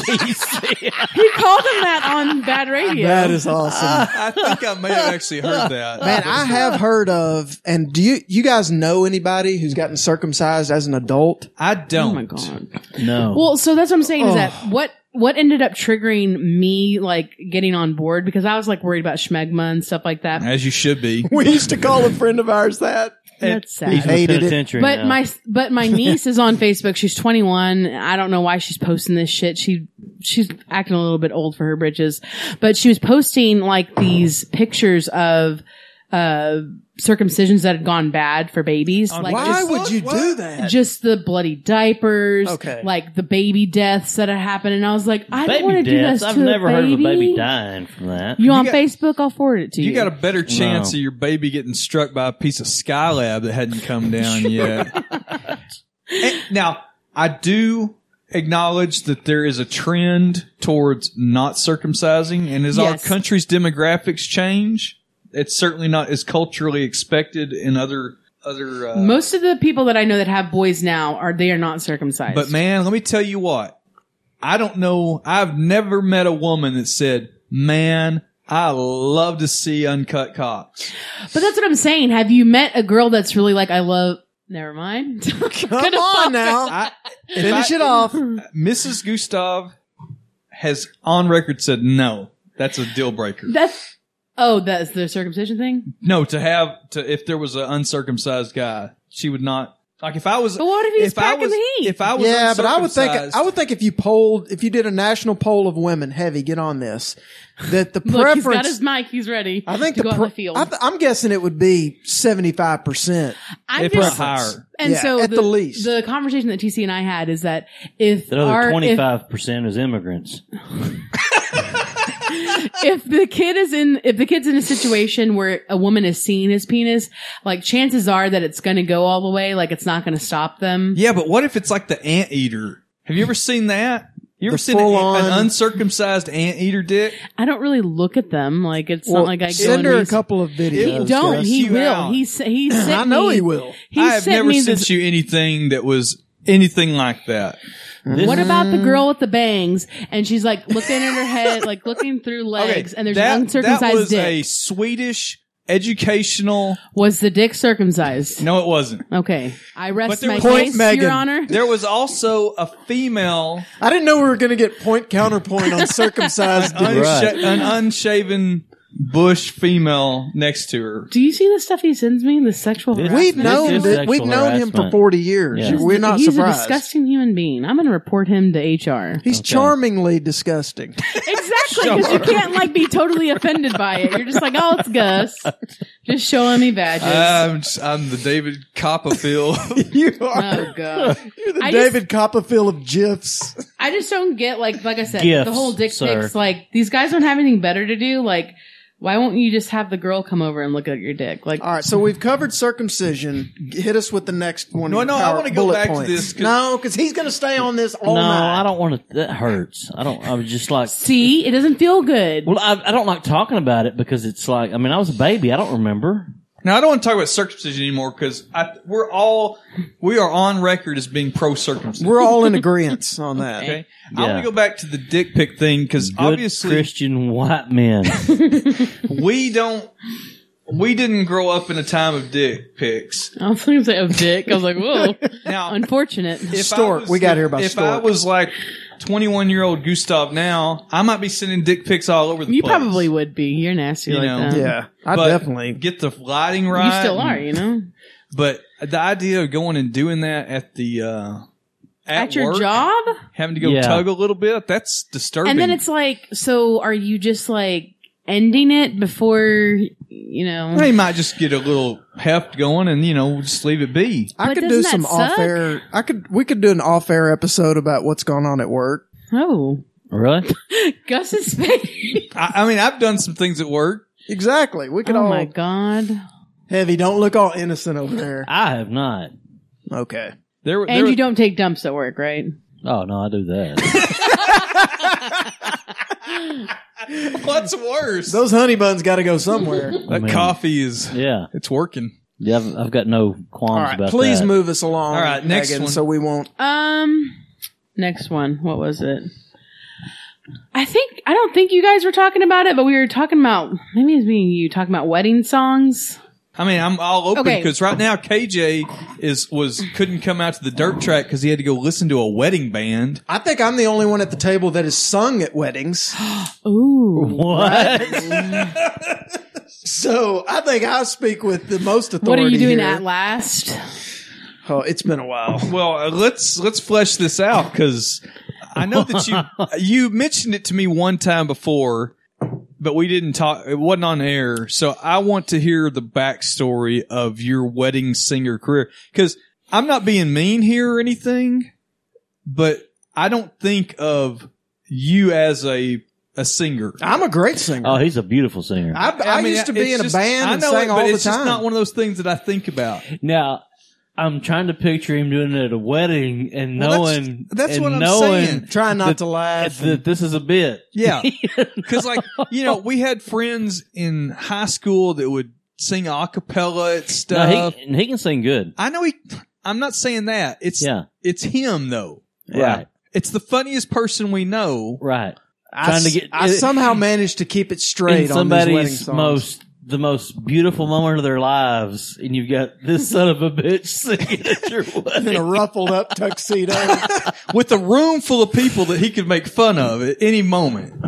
He called him that on Bad Radio.
That is awesome.
I think I may have actually heard that.
Man, I have heard of, and do you you guys know anybody who's gotten circumcised as an adult?
I don't.
Oh my
god,
no.
Well, so that's what I'm saying
Oh.
is that what what ended up triggering me like getting on board because I was like worried about schmegma and stuff like that.
As you should be.
we used to call a friend of ours that.
That's sad.
He hated it.
penitentiary
But my but my niece is on Facebook. She's 21. I don't know why she's posting this shit. She she's acting a little bit old for her britches, but she was posting like these pictures of uh circumcisions that had gone bad for babies. like
Why
just-
would you do that?
just the bloody diapers,
Uh, Okay.
like the baby deaths that had happened, and I was like, I
baby
don't want to do
deaths.
this
I've
to
never
a
heard
baby.
of a baby dying from that.
You on
got-
Facebook? I'll forward it to you.
You got a better chance
No.
of your baby getting struck by a piece of Skylab that hadn't come down yet. And now, I do acknowledge that there is a trend towards not circumcising, and as
Yes.
our country's demographics change, it's certainly not as culturally expected in other other. Uh,
Most of the people that I know that have boys now are they are not circumcised.
but man, let me tell you what. I don't know. I've never met a woman that said, "Man, I love to see uncut cocks."
But that's what I'm saying. Have you met a girl that's really like, I love? Never mind. Come
on now.
If
Finish
I-
it off.
Mrs. Gustav has on record said no. That's a deal breaker.
That's oh, that's the circumcision thing.
No, to have to if there was an uncircumcised guy, she would not like if I was.
But what if he's
I
packing
was,
the heat?
If I was,
yeah, but I would think
uncircumcised-
I would think if you polled, if you did a national poll of women, heavy, get on this, that the
Look, he's got
preference.
his mic. He's ready.
I think
to go
the,
out
pre-
in the field.
I th- I'm guessing it would be seventy five percent.
I'm If just- not
higher.
and
Yeah,
so
at the least.
the conversation that TC and I had is that if
That other
our
twenty
if,
five percent is immigrants.
if the kid is in if the kid's in a situation where a woman is seeing his penis, like chances are that it's going to go all the way. Like it's not going to stop them.
Yeah, but what if it's like the anteater? Have you ever seen that? You ever
The
seen an,
full-on-
an uncircumcised anteater dick?
I don't really look at them. Like it's
Well,
not like I go
send
and
her a
res-
couple of
He
videos,
don't.
Gus.
He
You
will.
out.
He s- he sent
I know
me-
he will.
He
I have
sent
never
me
sent
this.
you anything that was anything like that.
What about the girl with the bangs? And she's like looking at her head, like looking through legs, and there's an uncircumcised
that was
dick.
a Swedish educational.
Was the dick circumcised?
No, it wasn't.
Okay, I rest my
was-
case, Your Honor.
There was also a female,
I didn't know we were going to get point counterpoint on circumcised.
an,
dudes.
unsha- an unshaven bush female next to her.
Do you see the stuff he sends me? The sexual.
We've
harassment?
known that, we've known him for forty years.
He's-
We're not
he's
surprised.
a disgusting human being. I'm going to report him to HR.
He's charmingly disgusting.
exactly because you can't like be totally offended by it. You're just like, oh, it's Gus. Just showing me badges.
I'm, I'm the David Copperfield.
you
oh god.
You're the
I just-
David Copperfield of GIFs.
I just don't get like like I said
Gifts,
the whole dick
sir.
pics. Like these guys don't have anything better to do. Like why won't you just have the girl come over and look at your dick? Like
All right, so we've covered circumcision. G- Hit us with the next one.
No,
of your
no, I
power-
wanna go
bullet
back to
points.
this 'cause-
No, because he's going to stay on this all
no,
night.
I don't want to. That hurts. I don't. I was just like,
see, it doesn't feel good.
Well, I, I don't like talking about it because it's like, I mean, I was a baby. I don't remember.
Now I don't want to talk about circumcision anymore because we're all we are on record as being pro circumcision.
We're all in agreement on that.
Okay,
Yeah.
I want to go back to the dick pic thing because
Good
obviously
Christian white men.
we don't we didn't grow up in a time of dick pics.
I was going to say of dick. I was like, whoa. now, unfortunate.
Stork,
we got here by
if I
stork.
was like twenty one year old Gustav now, I might be sending dick pics all over the
You
place.
probably would be. You're nasty
You
like
know.
that.
Yeah.
I
Um, But
definitely
get the lighting right.
You still are,
and-
you know?
But the idea of going and doing that at the uh, at,
At your
work,
job?
having to go
Yeah.
tug a little bit, that's disturbing.
And then it's like, so are you just like ending it before, you know?
they might just get a little heft going, and you know, just leave it be.
I
But
could do
doesn't
some
that suck?
off air. I could. We could do an off air episode about what's going on at work.
Oh,
Really?
Gus's face.
I, I mean, I've done some things at work.
Exactly. We could
Oh
all.
my God.
Heavy, don't look all innocent over there.
I have not.
Okay.
There, there
And you don't take dumps at work, right?
Oh no, I do that.
What's worse?
Those honey buns got to go somewhere.
that coffee is
yeah,
it's working.
yeah. I've, I've got no qualms
all right,
about
please
that.
move us along.
All right, next
Megan,
one.
So we won't.
Um, next one. What was it? I think I don't think you guys were talking about it, but we were talking about maybe it's me and you talking about wedding songs.
I mean, I'm all open
Okay.
because right now KJ is was couldn't come out to the dirt track because he had to go listen to a wedding band.
I think I'm the only one at the table that is sung at weddings.
Ooh,
What?
So I think I speak with the most authority.
what are you doing
here.
at last?
Oh, it's been a while.
Well, uh, let's let's flesh this out because I know that you you mentioned it to me one time before, but we didn't talk. It wasn't on air, so I want to hear the backstory of your wedding singer career because I'm not being mean here or anything, but I don't think of you as a a singer.
I'm a great singer.
Oh, he's a beautiful singer.
I, I used to be
it's
in a
just-
band
I
and
know
sang
it,
all
but
the
it's
time.
just not one of those things that I think about.
now, I'm trying to picture him doing it at a wedding and
Well, that's-
knowing
that's
and
what I'm
knowing
saying.
Try not
that-
to laugh.
that this is a bit.
Yeah. Cause like, you know, we had friends in high school that would sing a cappella and stuff.
No, he he can sing good.
I know he, I'm not saying that. It's,
Yeah.
it's him though.
Right.
It's the funniest person we know.
Right.
I,
trying to
s-
get-
I somehow managed to keep it
In
straight on these wedding
somebody's
songs.
most the most beautiful moment of their lives, and you've got this son of a bitch singing at your
in a
wedding.
ruffled up tuxedo.
With a room full of people that he could make fun of at any moment.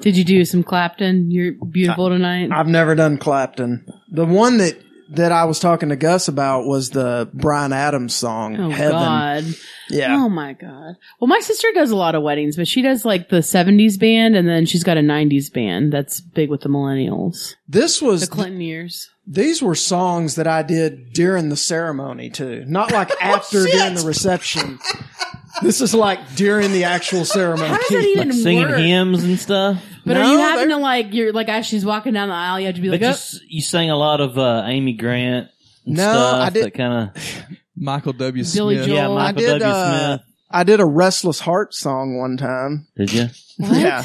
Did you do some Clapton? You're beautiful tonight.
I've never done Clapton. The one that that I was talking to Gus about was the Brian Adams song
oh
Heaven.
God.
Yeah.
Oh my God. Well, my sister does a lot of weddings, but she does like the '70s band, and then she's got a '90s band that's big with the millennials,
This was
the Clinton years.
these were songs that I did during the ceremony too. Not
Oh,
like after during the reception. This is like during the actual ceremony.
How does that even
Like singing
work?
hymns and stuff.
But
No,
are you having
they're-
to like you're like as she's walking down the aisle, you have to be
But
like,
you,
oh,
s- you sang a lot of uh, Amy Grant. And
No,
stuff
I did-
That kind of
Michael W.
Billy
Smith.
Joel.
yeah,
I
Michael
did
W.
uh,
Smith.
I did a Restless Heart song one time.
Did you?
What?
Yeah.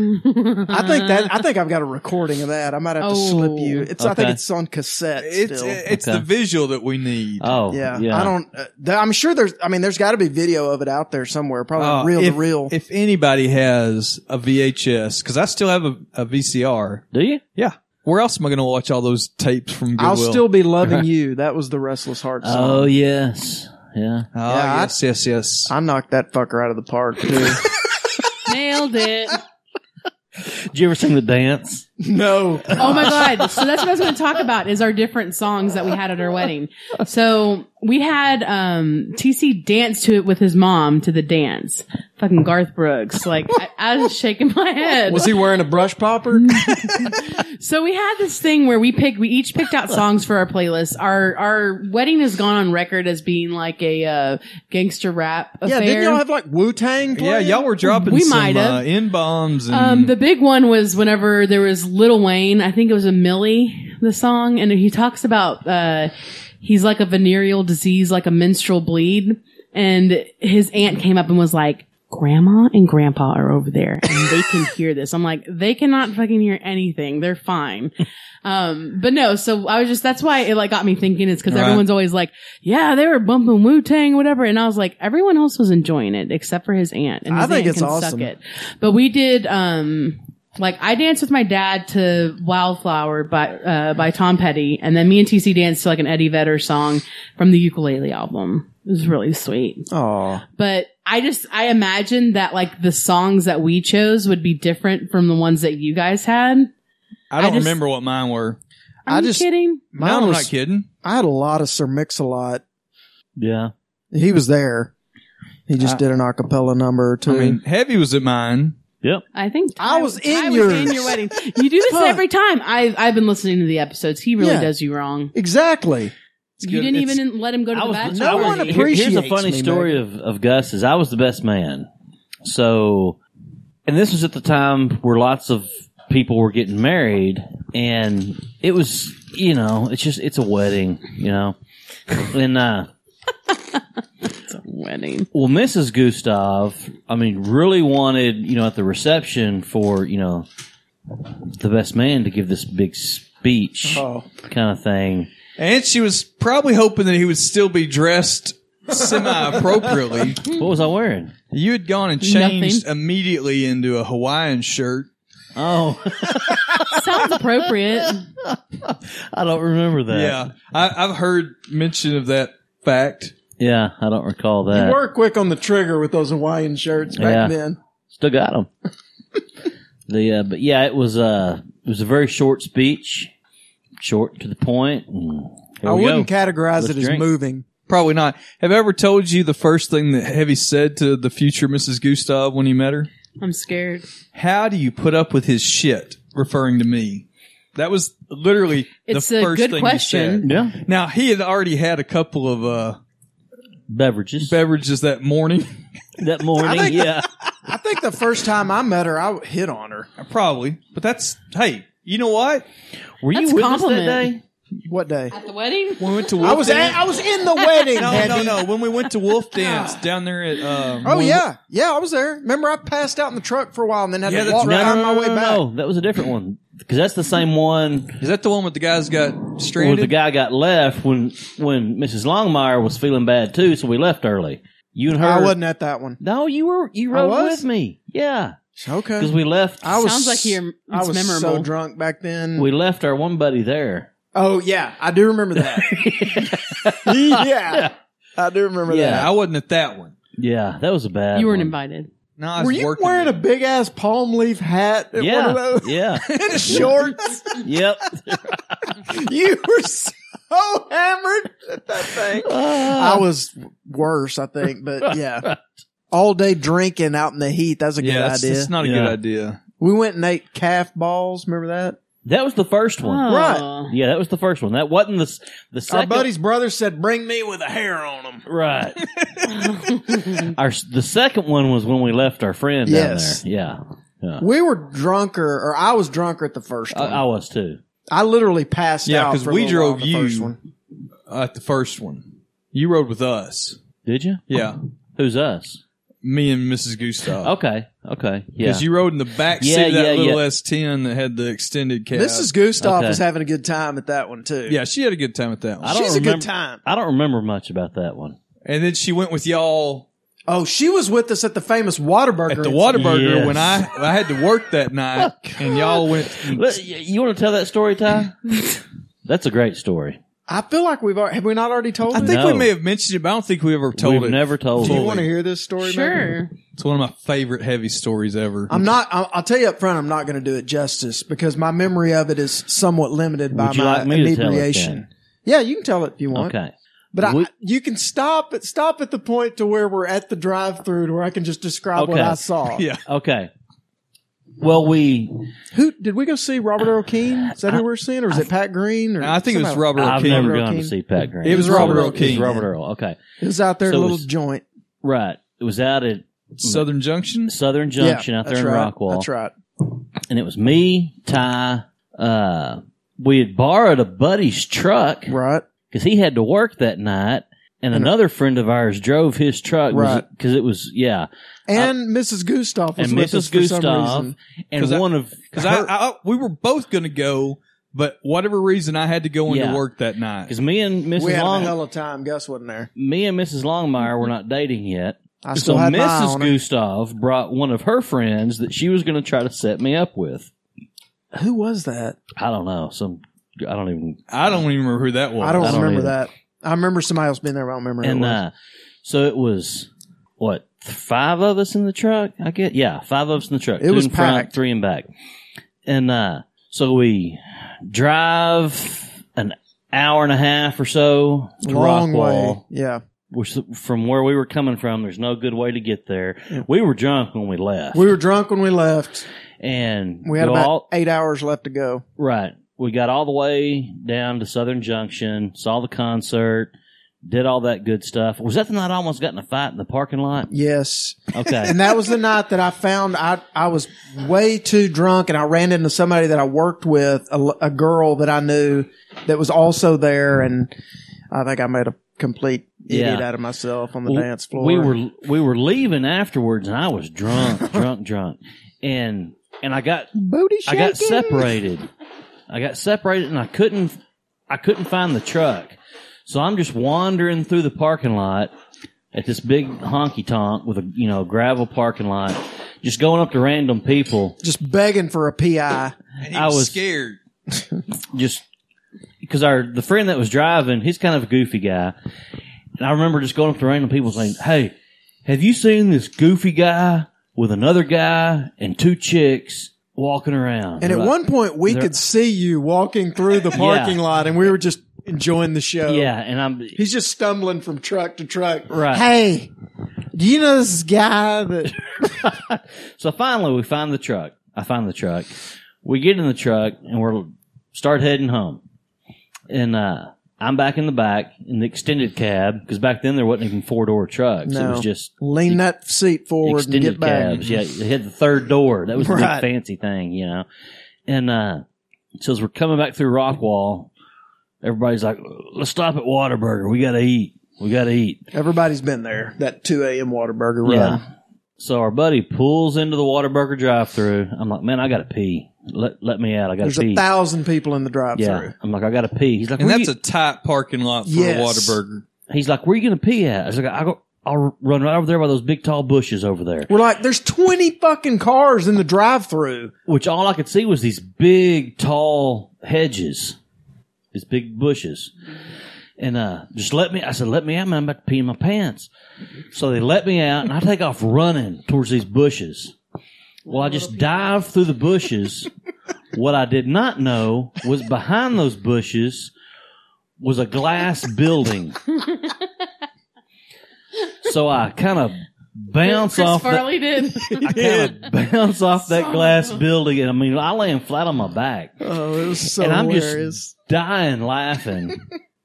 I think that I think I've got a recording of that. I might have to slip you.
Oh.
It's I think
Okay.
it's on cassette
It's, uh,
still.
it's
Okay.
the visual that we need.
Oh,
Yeah,
yeah.
I don't. Uh, th- I'm sure there's. I mean, there's got to be video of it out there somewhere.
Uh,
Probably real
if,
to real.
If anybody has a VHS, because I still have a, a VCR.
Do you?
Yeah. Where else am I going to watch all those tapes from Goodwill?
I'll still be loving you. That was the Restless Heart song.
Oh yes. Yeah.
Oh,
Yeah, I-
yes, yes, yes.
I knocked that fucker out of the park too.
nailed it.
Did you ever sing the dance?
No.
Oh my god! So that's what I was going to talk about is our different songs that we had at our wedding. So we had um TC dance to it with his mom to the dance. Fucking Garth Brooks, like I, I was shaking my head.
Was he wearing a brush popper?
So we had this thing where we picked, we each picked out songs for our playlist. Our our wedding has gone on record as being like a uh, gangster rap affair.
Yeah, didn't y'all have like Wu Tang?
Yeah, y'all were dropping
We
some
might
uh,
have.
n bombs and
Um, the big one was whenever there was Little Wayne. I think it was a Millie, the song, and he talks about uh, he's like a venereal disease, like a menstrual bleed. And his aunt came up and was like, "Grandma and Grandpa are over there, and they can hear this." I'm like, "They cannot fucking hear anything. They're fine." Um, but no, so I was just that's why it like got me thinking is because
Right.
everyone's always like, "Yeah, they were bumping Wu Tang, whatever," and I was like, everyone else was enjoying it except for his aunt, and
I
his
think
aunt
it's
can
awesome.
suck it. But we did um like I danced with my dad to Wildflower by uh, by Tom Petty and then me and TC danced to like an Eddie Vedder song from the ukulele album. It was really sweet.
Oh.
But I just I imagined that like the songs that we chose would be different from the ones that you guys had.
I don't
I just-
remember what mine were.
Are you kidding?
No, I'm not kidding.
I had a lot of Sir Mix-a-Lot.
Yeah.
He was there. He just did an acapella number or two.
I mean, heavy was at mine.
Yep.
I think I was
in
was
yours.
in your wedding. You do this every time. I I've been listening to the episodes. He really
Yeah.
does you wrong.
Exactly.
You
good.
didn't
It's-
even let him go to the bachelor.
no one
party.
Oh, Here- Here's a funny story of, of Gus is I was the best man. So, and this was at the time where lots of people were getting married, and it was you know it's just it's a wedding, you know, and uh,
it's a wedding.
Well, Mrs. Gustav, I mean, really wanted you know at the reception for you know the best man to give this big speech kind of thing.
Oh. And she was probably hoping that he would still be dressed semi appropriately.
What was I wearing?
You had gone and
Nothing.
changed immediately into a Hawaiian shirt.
Oh.
Sounds appropriate.
I don't remember that.
Yeah. I, I've heard mention of that fact.
Yeah, I don't recall that.
You were quick on the trigger with those Hawaiian shirts back
Yeah.
then.
Still got them. the uh, but yeah, it was uh it was a very short speech, short to the point. and here
I
we
wouldn't
go.
categorize
Let's
it as
drink.
moving.
Probably not. Have I ever told you the first thing that Heavy said to the future Mrs. Gustav when you met her?
I'm scared.
How do you put up with his shit? Referring to me. That was literally
It's
the
a
first
good
thing
question.
he
said.
Yeah. Now he had already had a couple of uh,
beverages
beverages that morning.
that morning, yeah.
I think the first time I met her, I hit on her.
Uh, Probably, but that's hey, you know what?
Were
That's a compliment.
What day?
At the wedding?
We went to
I
Wolf
was
Dance.
at, I was in the wedding.
no, no,
Heavy.
no. When we went to Wolf Dance down there at um,
Oh yeah, yeah, I was there. Remember, I passed out in the truck for a while and then had
Yeah,
to
that's
walk
right.
down
No, no,
my
no,
way
no,
back.
No, that was a different one because that's the same one.
Is that the one with the guys got
Well,
stranded?
the guy got left when when Mrs. Longmire was feeling bad too, so we left early. You and her.
I wasn't at that one.
No, you were. You rode
was?
with me. Yeah,
Okay,
because we left.
I was,
Sounds like you're-
I
it's
was so
memorable.
drunk back then.
we left our one buddy there.
oh yeah, I do remember that. yeah. I do remember
Yeah.
that.
I wasn't at that one.
Yeah, that was a bad.
You weren't
one.
invited.
No, I was
Were you
working.
wearing a big ass palm leaf hat? At
Yeah,
one of those?
yeah,
and shorts.
yep.
you were so hammered at that thing. I
Ah.
was worse, I think, but yeah. All day drinking out in the heat. That's a good
yeah, that's,
idea.
that's not a
Yeah.
good idea.
we went and ate calf balls. Remember that?
That was the first one.
Ah.
Oh.
Right.
Yeah, that was the first one. That wasn't the s- the
Our
second.
buddy's brother said, bring me with a hair on them.
right. our s- the second one was when we left our friend
Yes.
down there. Yeah, yeah.
We were drunker, or I was drunker at the first
I,
one.
I was too.
I literally passed
Yeah,
out.
because
for a
we
little while
drove
the first
you
one.
at the first one. You rode with us.
Did you?
Yeah,
Who's us?
me and Mrs. Gustav.
Okay. Okay. Yeah.
Because you rode in the back seat
Yeah,
of that
yeah,
little
yeah.
S10 that had the extended cab.
Mrs. Gustav
Okay.
was having a good time at that one, too.
Yeah, she had a good time at that one.
I don't
She's a
remember,
good time.
I don't remember much about that one.
And then she went with y'all
Oh, she was with us at the famous Waterburger.
at the Waterburger
Yes.
when I I had to work that night, and y'all went.
Look, y- you want to tell that story, Ty? That's a great story.
I feel like we've already, have we not already told
I
it?
think we may have mentioned it, but I don't think we ever told
We've
it.
never told
Do you
fully.
want to hear this story? Maybe?
Sure.
It's one of my favorite heavy stories ever.
I'm not. I'll, I'll tell you up front. I'm not going to do it justice because my memory of it is somewhat limited by
Would you
my
like me to tell it
inebriation.
then?
yeah, you can tell it if you want.
Okay.
But
We-
I, you can stop at stop at the point to where we're at the drive-through to where I can just describe what
Okay.
I saw.
Okay. Well, we.
Who did we go see? Robert Earl Keane? Is that who we're seeing, or is it Pat Green? Or
I think it was
somebody-
Robert Earl
I've
Keane.
never
Robert
gone
Keane.
to see Pat Green.
It was
So
Robert Earl
It was
Keane.
Robert Earl. Okay.
It was out there,
So
a
it
little
was-
joint.
Right. It was out at
Southern Junction.
Southern Junction
yeah,
out there
that's
in
right.
Rockwall.
That's right.
And it was me, Ty. Uh, we had borrowed a buddy's truck
Right.
because he had to work that night. And another friend of ours drove his truck
Right.
because it was, yeah.
And Mrs. Gustav was
And
with us
Mrs.
for some
Gustav
reason.
and
I-
one of
Because I, I, we were both going to go, but whatever reason, I had to go into
Yeah.
work that night.
Because me and
We
Mrs.
had a
Long,
hell of a time. Gus wasn't there.
me and Mrs. Longmire were not dating yet.
I
So
still had my eye
Mrs.
on her.
Gustav brought one of her friends that she was going to try to set me up with.
Who was that?
I don't know. Some I don't even.
I don't even remember who that was.
I don't,
I don't
remember
either.
that. I remember somebody else being there. But I don't remember. who
And
it was.
uh, so it was what five of us in the truck. I get yeah, five of us in the truck.
It was
in front,
packed.
three in back. And uh, so we drive an hour and a half or so to
long
Rockwall.
way. Yeah,
which from where we were coming from, there's no good way to get there. We were drunk when we left,
we were drunk when we left.
and
We had
go
about
all,
eight hours left to go.
right. We got all the way down to Southern Junction, saw the concert, did all that good stuff. Was that the night I almost got in a fight in the parking lot?
Yes,
Okay,
and that was the night that I found I I was way too drunk, and I ran into somebody that I worked with, a, l- a girl that I knew that was also there, and I think I made a complete idiot
Yeah.
out of myself on the
Well,
dance floor.
we were we were leaving afterwards, and I was drunk, drunk, drunk, and and I got
booty shaking.
I got separated. I got separated and I couldn't I couldn't find the truck. So I'm just wandering through the parking lot at this big honky tonk with a you know gravel parking lot, just going up to random people.
just begging for a PI.
And he
I was-
scared.
just because our the friend that was driving, he's kind of a goofy guy, and I remember just going up to random people saying, "Hey, have you seen this goofy guy with another guy and two chicks walking around?"
And at
They're like,
one point, we
They're-
could see you walking through the parking lot, and we were just enjoying the show.
yeah, and I'm
He's just stumbling from truck to truck.
Right.
Hey, do you know this guy that
so finally we find the truck. I find the truck. We get in the truck and we're start heading home. And uh I'm back in the back in the extended cab because back then there wasn't even four door trucks. It
No.
was just
lean that seat forward and
extended
get back?
cabs. Yeah, they had the third door. That was a
Right.
big fancy thing, you know. And uh, so as we're coming back through Rockwall, everybody's like, "Let's stop at Waterburger. We got to eat. We got to eat."
Everybody's been there. That 2 a.m. Waterburger run.
So our buddy pulls into the Waterburger drive-through. I'm like, "Man, I got to pee. Let let me out. I got
There's
to pee."
a thousand people in the drive
yeah,
through.
I'm like, "I got to pee." He's like,
And
"Where
that's
you-"
a tight parking lot for
Yes.
a Whataburger.
he's like, "Where you gonna pee at?" I was like, "I go." I'll run right over there by those big tall bushes over there.
We're like, there's 20 fucking cars in the drive through.
which all I could see was these big, tall hedges, these big bushes. And uh, just let me, I said, let me out, man. I'm about to pee in my pants. So they let me out, and I take off running towards these bushes. Well, I just dived through the bushes. what I did not know was behind those bushes was a glass building. so I kind of bounce
Chris
off. the-
Farley did.
I kind of bounce off that glass building, and I mean, I land flat on my back,
Oh, it was so
and I'm
hilarious.
just dying laughing,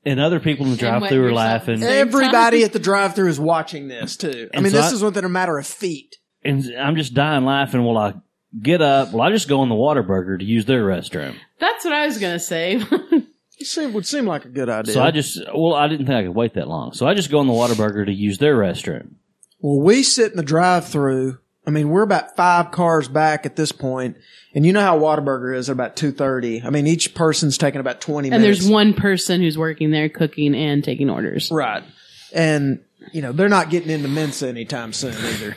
and other people in the
And
drive-through are
wetting
laughing,
yourself.
Everybody at the drive through is watching this too. I
And
mean,
so
this
I-
is within a matter of feet.
and I'm just dying laughing. While I get up, well, I just go in the Waterburger to use their restroom.
That's what I was gonna say.
It seemed, would seem like a good idea.
So I just, well, I didn't think I could wait that long, so I just go in the Waterburger to use their restroom.
Well, we sit in the drive-through. I mean, we're about five cars back at this point, and you know how Whataburger is at about two thirty. I mean, each person's taking about twenty
and
minutes.
there's one person who's working there, cooking and taking orders.
right, and you know they're not getting into Mensa anytime soon either.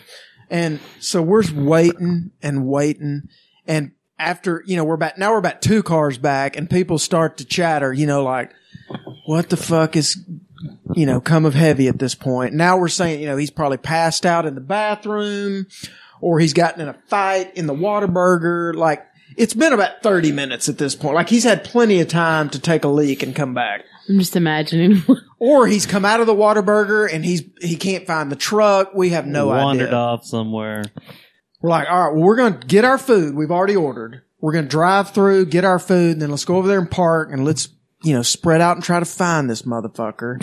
And so we're waiting and waiting, and after you know we're about now we're about two cars back, and people start to chatter. You know, like what the fuck is, you know, come of heavy at this point? Now we're saying, you know, he's probably passed out in the bathroom or he's gotten in a fight in the Whataburger. Like, it's been about 30 minutes at this point. Like, he's had plenty of time to take a leak and come back.
I'm just imagining.
or he's come out of the Whataburger and he's, he can't find the truck. We have no
Wandered
idea.
off somewhere.
We're like, all right, well, we're going to get our food. We've already ordered. We're going to drive through, get our food, and then let's go over there and park and let's, you know, spread out and try to find this motherfucker.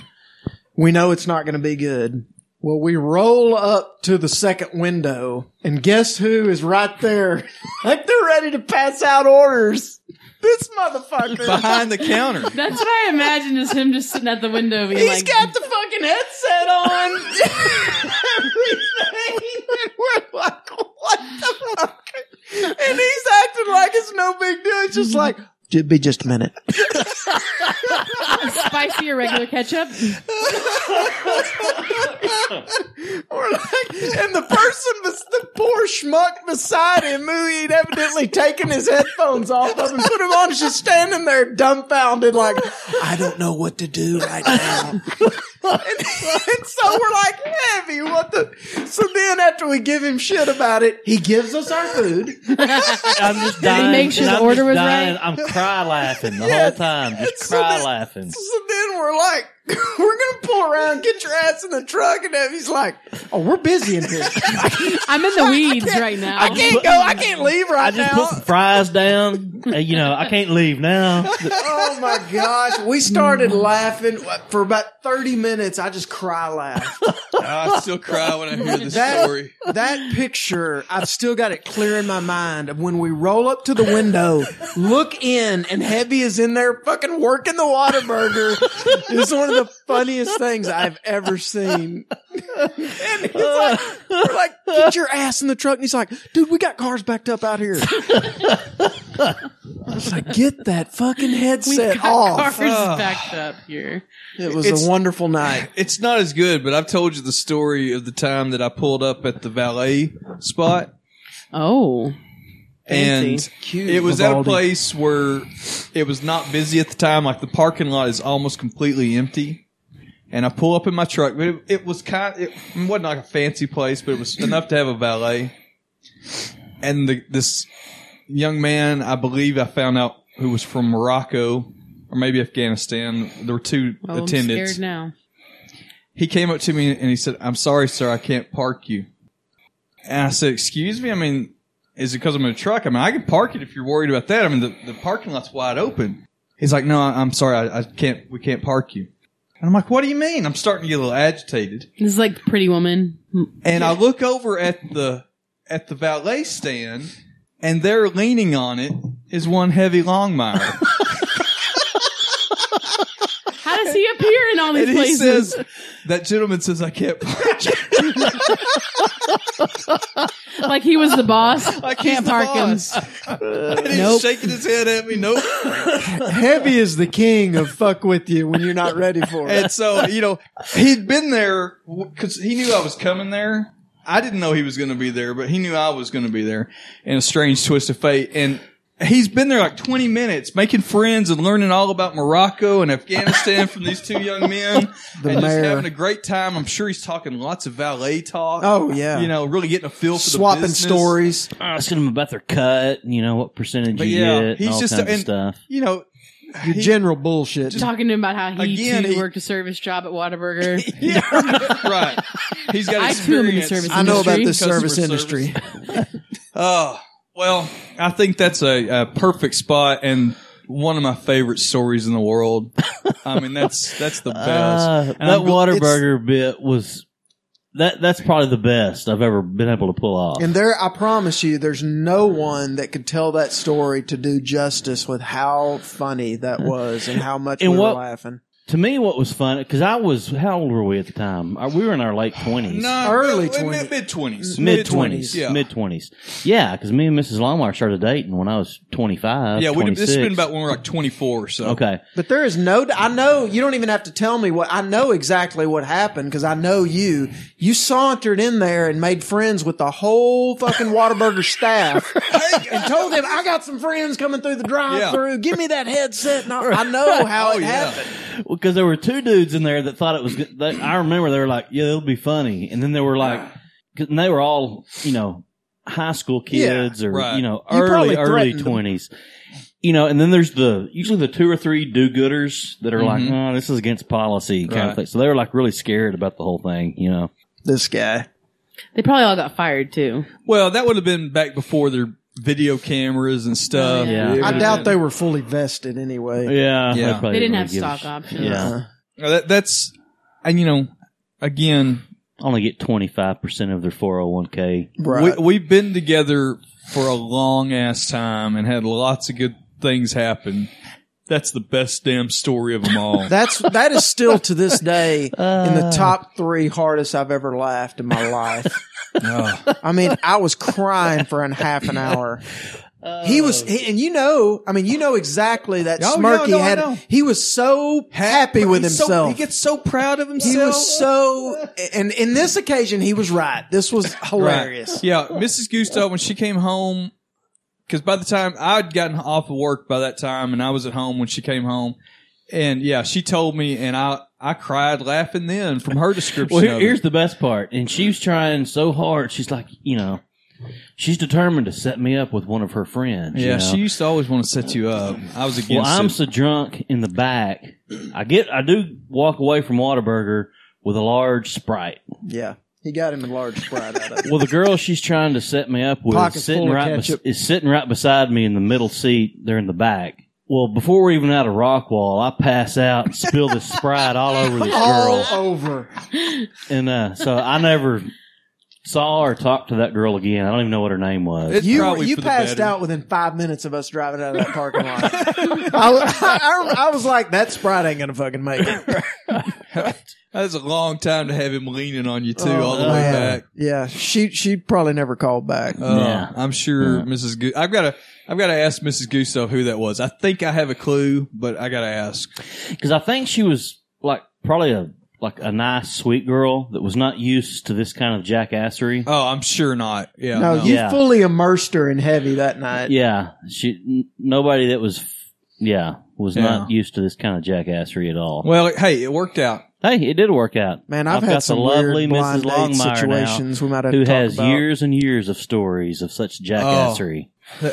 We know it's not going to be good. Well, we roll up to the second window and guess who is right there? like they're ready to pass out orders. This motherfucker.
Behind the counter.
That's what I imagine is him just sitting at the window. Being
He's
like,
got the fucking headset on. Everything. We're like, what the fuck? And he's acting like it's no big deal. It's just like, It'd be just a minute.
spicy or regular ketchup.
We're like, and the person, bes- the poor schmuck beside him, who he'd evidently taken his headphones off of and put them on, is just standing there dumbfounded, like, I don't know what to do right now. and, and so we're like, heavy, what the? So then after we give him shit about it, he gives us our food.
I'm just
Did he
dying.
make sure
and
the
I'm
order
just
was
dying.
right?
I'm cry laughing the
Yes.
whole time. Just cry laughing.
So then we're like, we're gonna pull around, get your ass in the truck, and he's like, "Oh, we're busy in here.
I'm in the weeds right now.
I can't go. I can't leave
I
right
just
now."
put some fries down. Uh, you know, I can't leave now.
oh my gosh. We started laughing for about 30 minutes. I just cry laugh.
I still cry when I hear this
That,
story.
that picture, I've still got it clear in my mind of when we roll up to the window, look in, and Heavy is in there fucking working the Whataburger. it's one of the funniest things I've ever seen. and he's like, we're like, get your ass in the truck. And he's like, dude, we got cars backed up out here. I was like, get that fucking headset
We've got
off.
cars
Oh.
backed up here.
It was
It's-
a wonderful night.
It's not as good, but I've told you the story of the time that I pulled up at the valet spot.
Oh.
And
Fancy.
it was at a
Vivaldi.
place where it was not busy at the time. Like the parking lot is almost completely empty. And I pull up in my truck, but it, it was kind. It wasn't like a fancy place, but it was enough to have a valet. And the, this young man, I believe I found out who was from Morocco or maybe Afghanistan. There were two
Well, I'm
attendants.
scared now.
he came up to me and he said, "I'm sorry, sir, I can't park you." And I said, "Excuse me. I mean, is it because I'm in a truck? I mean, I can park it if you're worried about that. I mean, the, the parking lot's wide open." He's like, "No, I- I'm sorry, I, I can't. We can't park you." And I'm like, "What do you mean?" I'm starting to get a little agitated,
This is like Pretty Woman.
and I look over at the at the valet stand, and there, leaning on it, is one heavy Longmire.
How does he appear in all these
and he
places?
says, "That gentleman says I can't park you."
like he was the boss. I
He's
can't
the
park
boss.
him.
and he's
Nope.
shaking his head at me. Nope.
Heavy is the king of fuck with you when you're not ready for it.
and so you know he'd been there because he knew I was coming there. I didn't know he was going to be there, but he knew I was going to be there. In a strange twist of fate, and he's been there like twenty minutes, making friends and learning all about Morocco and Afghanistan from these two young men,
The
and just
mayor.
having a great time. I'm sure he's talking lots of valet talk.
Oh, yeah.
you know, really getting a feel for the
Swapping
business.
stories.
Asking them about their cut. You know what percentage
But
you
yeah,
get.
he's
and all
just-
kinds of
and-
stuff.
You know,
Your general bullshit.
Talking to him about how he
Again,
too
he-
worked a service job at Whataburger.
right? He's got
I, too, am in the
experience.
service
I know about
industry.
this
Customer
service industry.
Oh, well, I think that's a, a perfect spot and one of my favorite stories in the world. I mean, that's that's the best.
Uh,
And
that
I'm gl- it's-
Waterburger bit was that. That's probably the best I've ever been able to pull off.
And there, I promise you, there's no one that could tell that story to do justice with how funny that was and how much
And
we
what-
were laughing.
to me, what was fun because I was how old were we at the time? Uh, We were in our late twenties.
no,
early
mid-
20s.
mid twenties,
mid twenties,
yeah.
mid twenties. Yeah, because me and Mrs. Longmire started dating when I was 25.
yeah, we, this has
26.
been about when we we're like 24 or so.
Okay.
But there is no, I know you don't even have to tell me what, I know exactly what happened because I know you. You sauntered in there and made friends with the whole fucking Whataburger staff and told them, I got some friends coming through the drive through. Give me that headset. And I, I know how it happened.
Well, because there were two dudes in there that thought it was. good. They, I remember they were like, "Yeah, it'll be funny," and then they were like, 'cause- and they were all you know high school kids
Yeah,
or
right.
you know
You
early
probably
early
threatened 'em.
twenties. You know, and then there's the usually the two or three do-gooders that are like,
Mhm.
"Oh, this is against policy," kind
Right.
of thing. So they were like really scared about the whole thing. You know,
this guy.
They probably all got fired too.
Well, that would have been back before their video cameras and stuff.
Yeah.
I doubt they were fully vested anyway.
Yeah,
Yeah.
They didn't have stock options.
Yeah,
Uh, That, that's, and you know, again,
only get twenty five percent of their four hundred one k.
we, we've been together for a long ass time and had lots of good things happen. That's the best damn story of them all.
That's, that is still to this day in the top three hardest I've ever laughed in my life. I mean, I was crying for an half an hour. He was, he, and you know, I mean, you know exactly that
Oh,
smirk
no,
he
no, I know.
had. He was so happy with
He's so-
himself.
he gets so proud of himself.
he was so, and in this occasion, he was right. This was hilarious.
Right. Yeah, Mrs. Gusto when she came home, because by the time I'd gotten off of work by that time, and I was at home when she came home, and yeah, she told me, and I I cried laughing then from her description.
Well, here-
of it.
here's the best part. And she was trying so hard. She's like, you know, she's determined to set me up with one of her friends. you
yeah,
know?
she used to always want to set you up. I was
Well,
against.
I'm
it.
so drunk in the back. I get, I do walk away from Whataburger with a large Sprite.
Yeah. He got him a large sprite out of it.
Well, the girl she's trying to set me up with
Pockets
is sitting
full of
right bes-
ketchup.
is sitting right beside me in the middle seat. They're in the back. Well, before we're even out of Rockwall, I pass out and spill this Sprite all over this girl.
All over.
And uh, so I never saw or talked to that girl again. I don't even know what her name was.
you you passed out within five minutes of us driving out of that parking lot. I, was- I, I was like, that sprite ain't gonna fucking make it.
that was a long time to have him leaning on you too,
Oh,
all the way
yeah.
back.
Yeah, she she probably never called back.
Uh, I'm sure Mrs. Gu- I've got to. I've got to ask Mrs. Gusto who that was. I think I have a clue, but I got to ask.
Because I think she was like probably a like a nice sweet girl that was not used to this kind of jackassery.
Oh, I'm sure not. Yeah,
no, you
yeah,
fully immersed her in heavy that night.
yeah. She n- nobody that was f- yeah was not used to this kind of jackassery at all.
Well, hey, it worked out.
Hey, it did work out.
Man, I've,
got
had some
the lovely
weird blind
Mrs.
date
Longmire
situations
now,
we might have
who
to talk
has
about.
years and years of stories of such jackassery.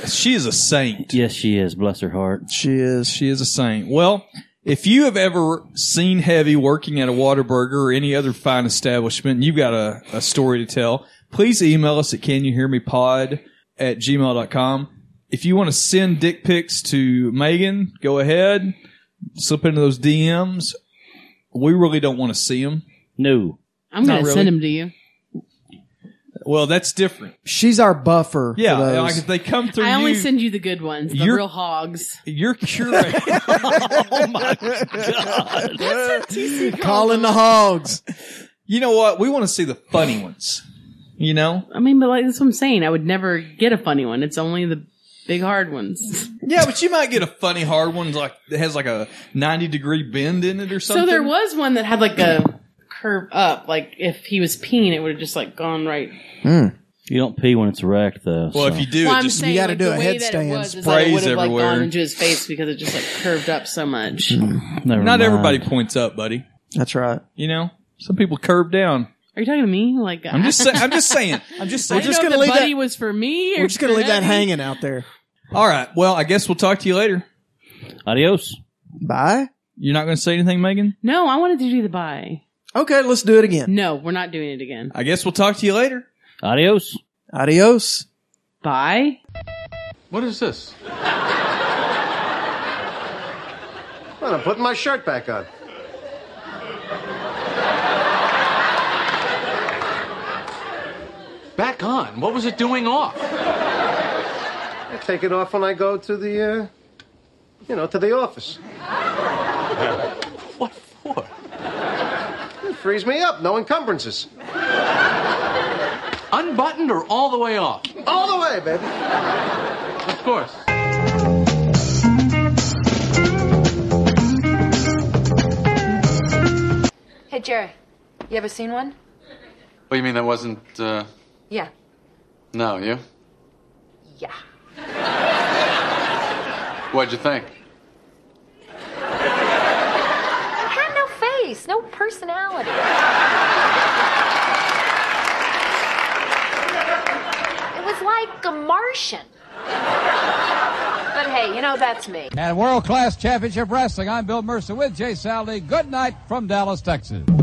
She is Oh. a saint.
Yes, she is. Bless her heart.
She is.
She is a saint. Well, if you have ever seen Heavy working at a Waterburger or any other fine establishment, and you've got a, a story to tell, please email us at canyouhearmepod at gmail.com. If you want to send dick pics to Megan, go ahead. Slip into those DMs. We really don't want to see them.
No.
I'm
Not
gonna
really.
send him to you.
Well, that's different.
She's our buffer.
Yeah,
for those.
like if they come through
I only
you,
send you the good ones, the
You're-
real hogs.
you're curating.
oh my god!
Calling the hogs.
You know what? We want to see the funny ones. You know?
I mean, but like that's what I'm saying. I would never get a funny one. It's only the big hard ones.
Yeah, but you might get a funny hard one like that has like a ninety degree bend in it or something.
So there was one that had like a curve up. Like if he was peeing, it would have just like gone right.
You don't pee when it's wrecked, though.
Well,
so.
if you do,
Well,
it
I'm
just
saying,
gotta
like,
do
the
a
way that
headstand
it was is like it
sprays
would have like
everywhere. Mm.
gone into his face because it just like curved up so much.
Never
not
mind.
everybody points up, buddy.
That's right.
You know, some people curve down.
Are you talking to me? Like
I'm just, say- I'm just saying. I'm just
I
saying.
didn't know if the buddy was for me.
We're just gonna leave that hanging out there.
All right. Well, I guess we'll talk to you later.
Adios.
Bye.
You're not going to say anything, Megan.
No, I wanted to do the bye.
Okay, let's do it again.
No, we're not doing it again.
I guess we'll talk to you later.
Adios.
Adios.
Bye.
What is this?
Well, I'm putting my shirt back on.
Back on. What was it doing off?
I take it off when I go to the, uh, you know, to the office. what for? It frees me up. No encumbrances.
Unbuttoned or all the way off?
All the way, baby.
Of course.
Hey, Jerry, you ever seen one?
What Oh, you mean that wasn't? Uh,
Yeah.
no, you.
Yeah.
What'd you think?
Had no face, no personality. It was like a Martian. But hey, you know, that's me.
And world class championship wrestling. I'm Bill Mercer with Jay Sally. Good night from Dallas, Texas.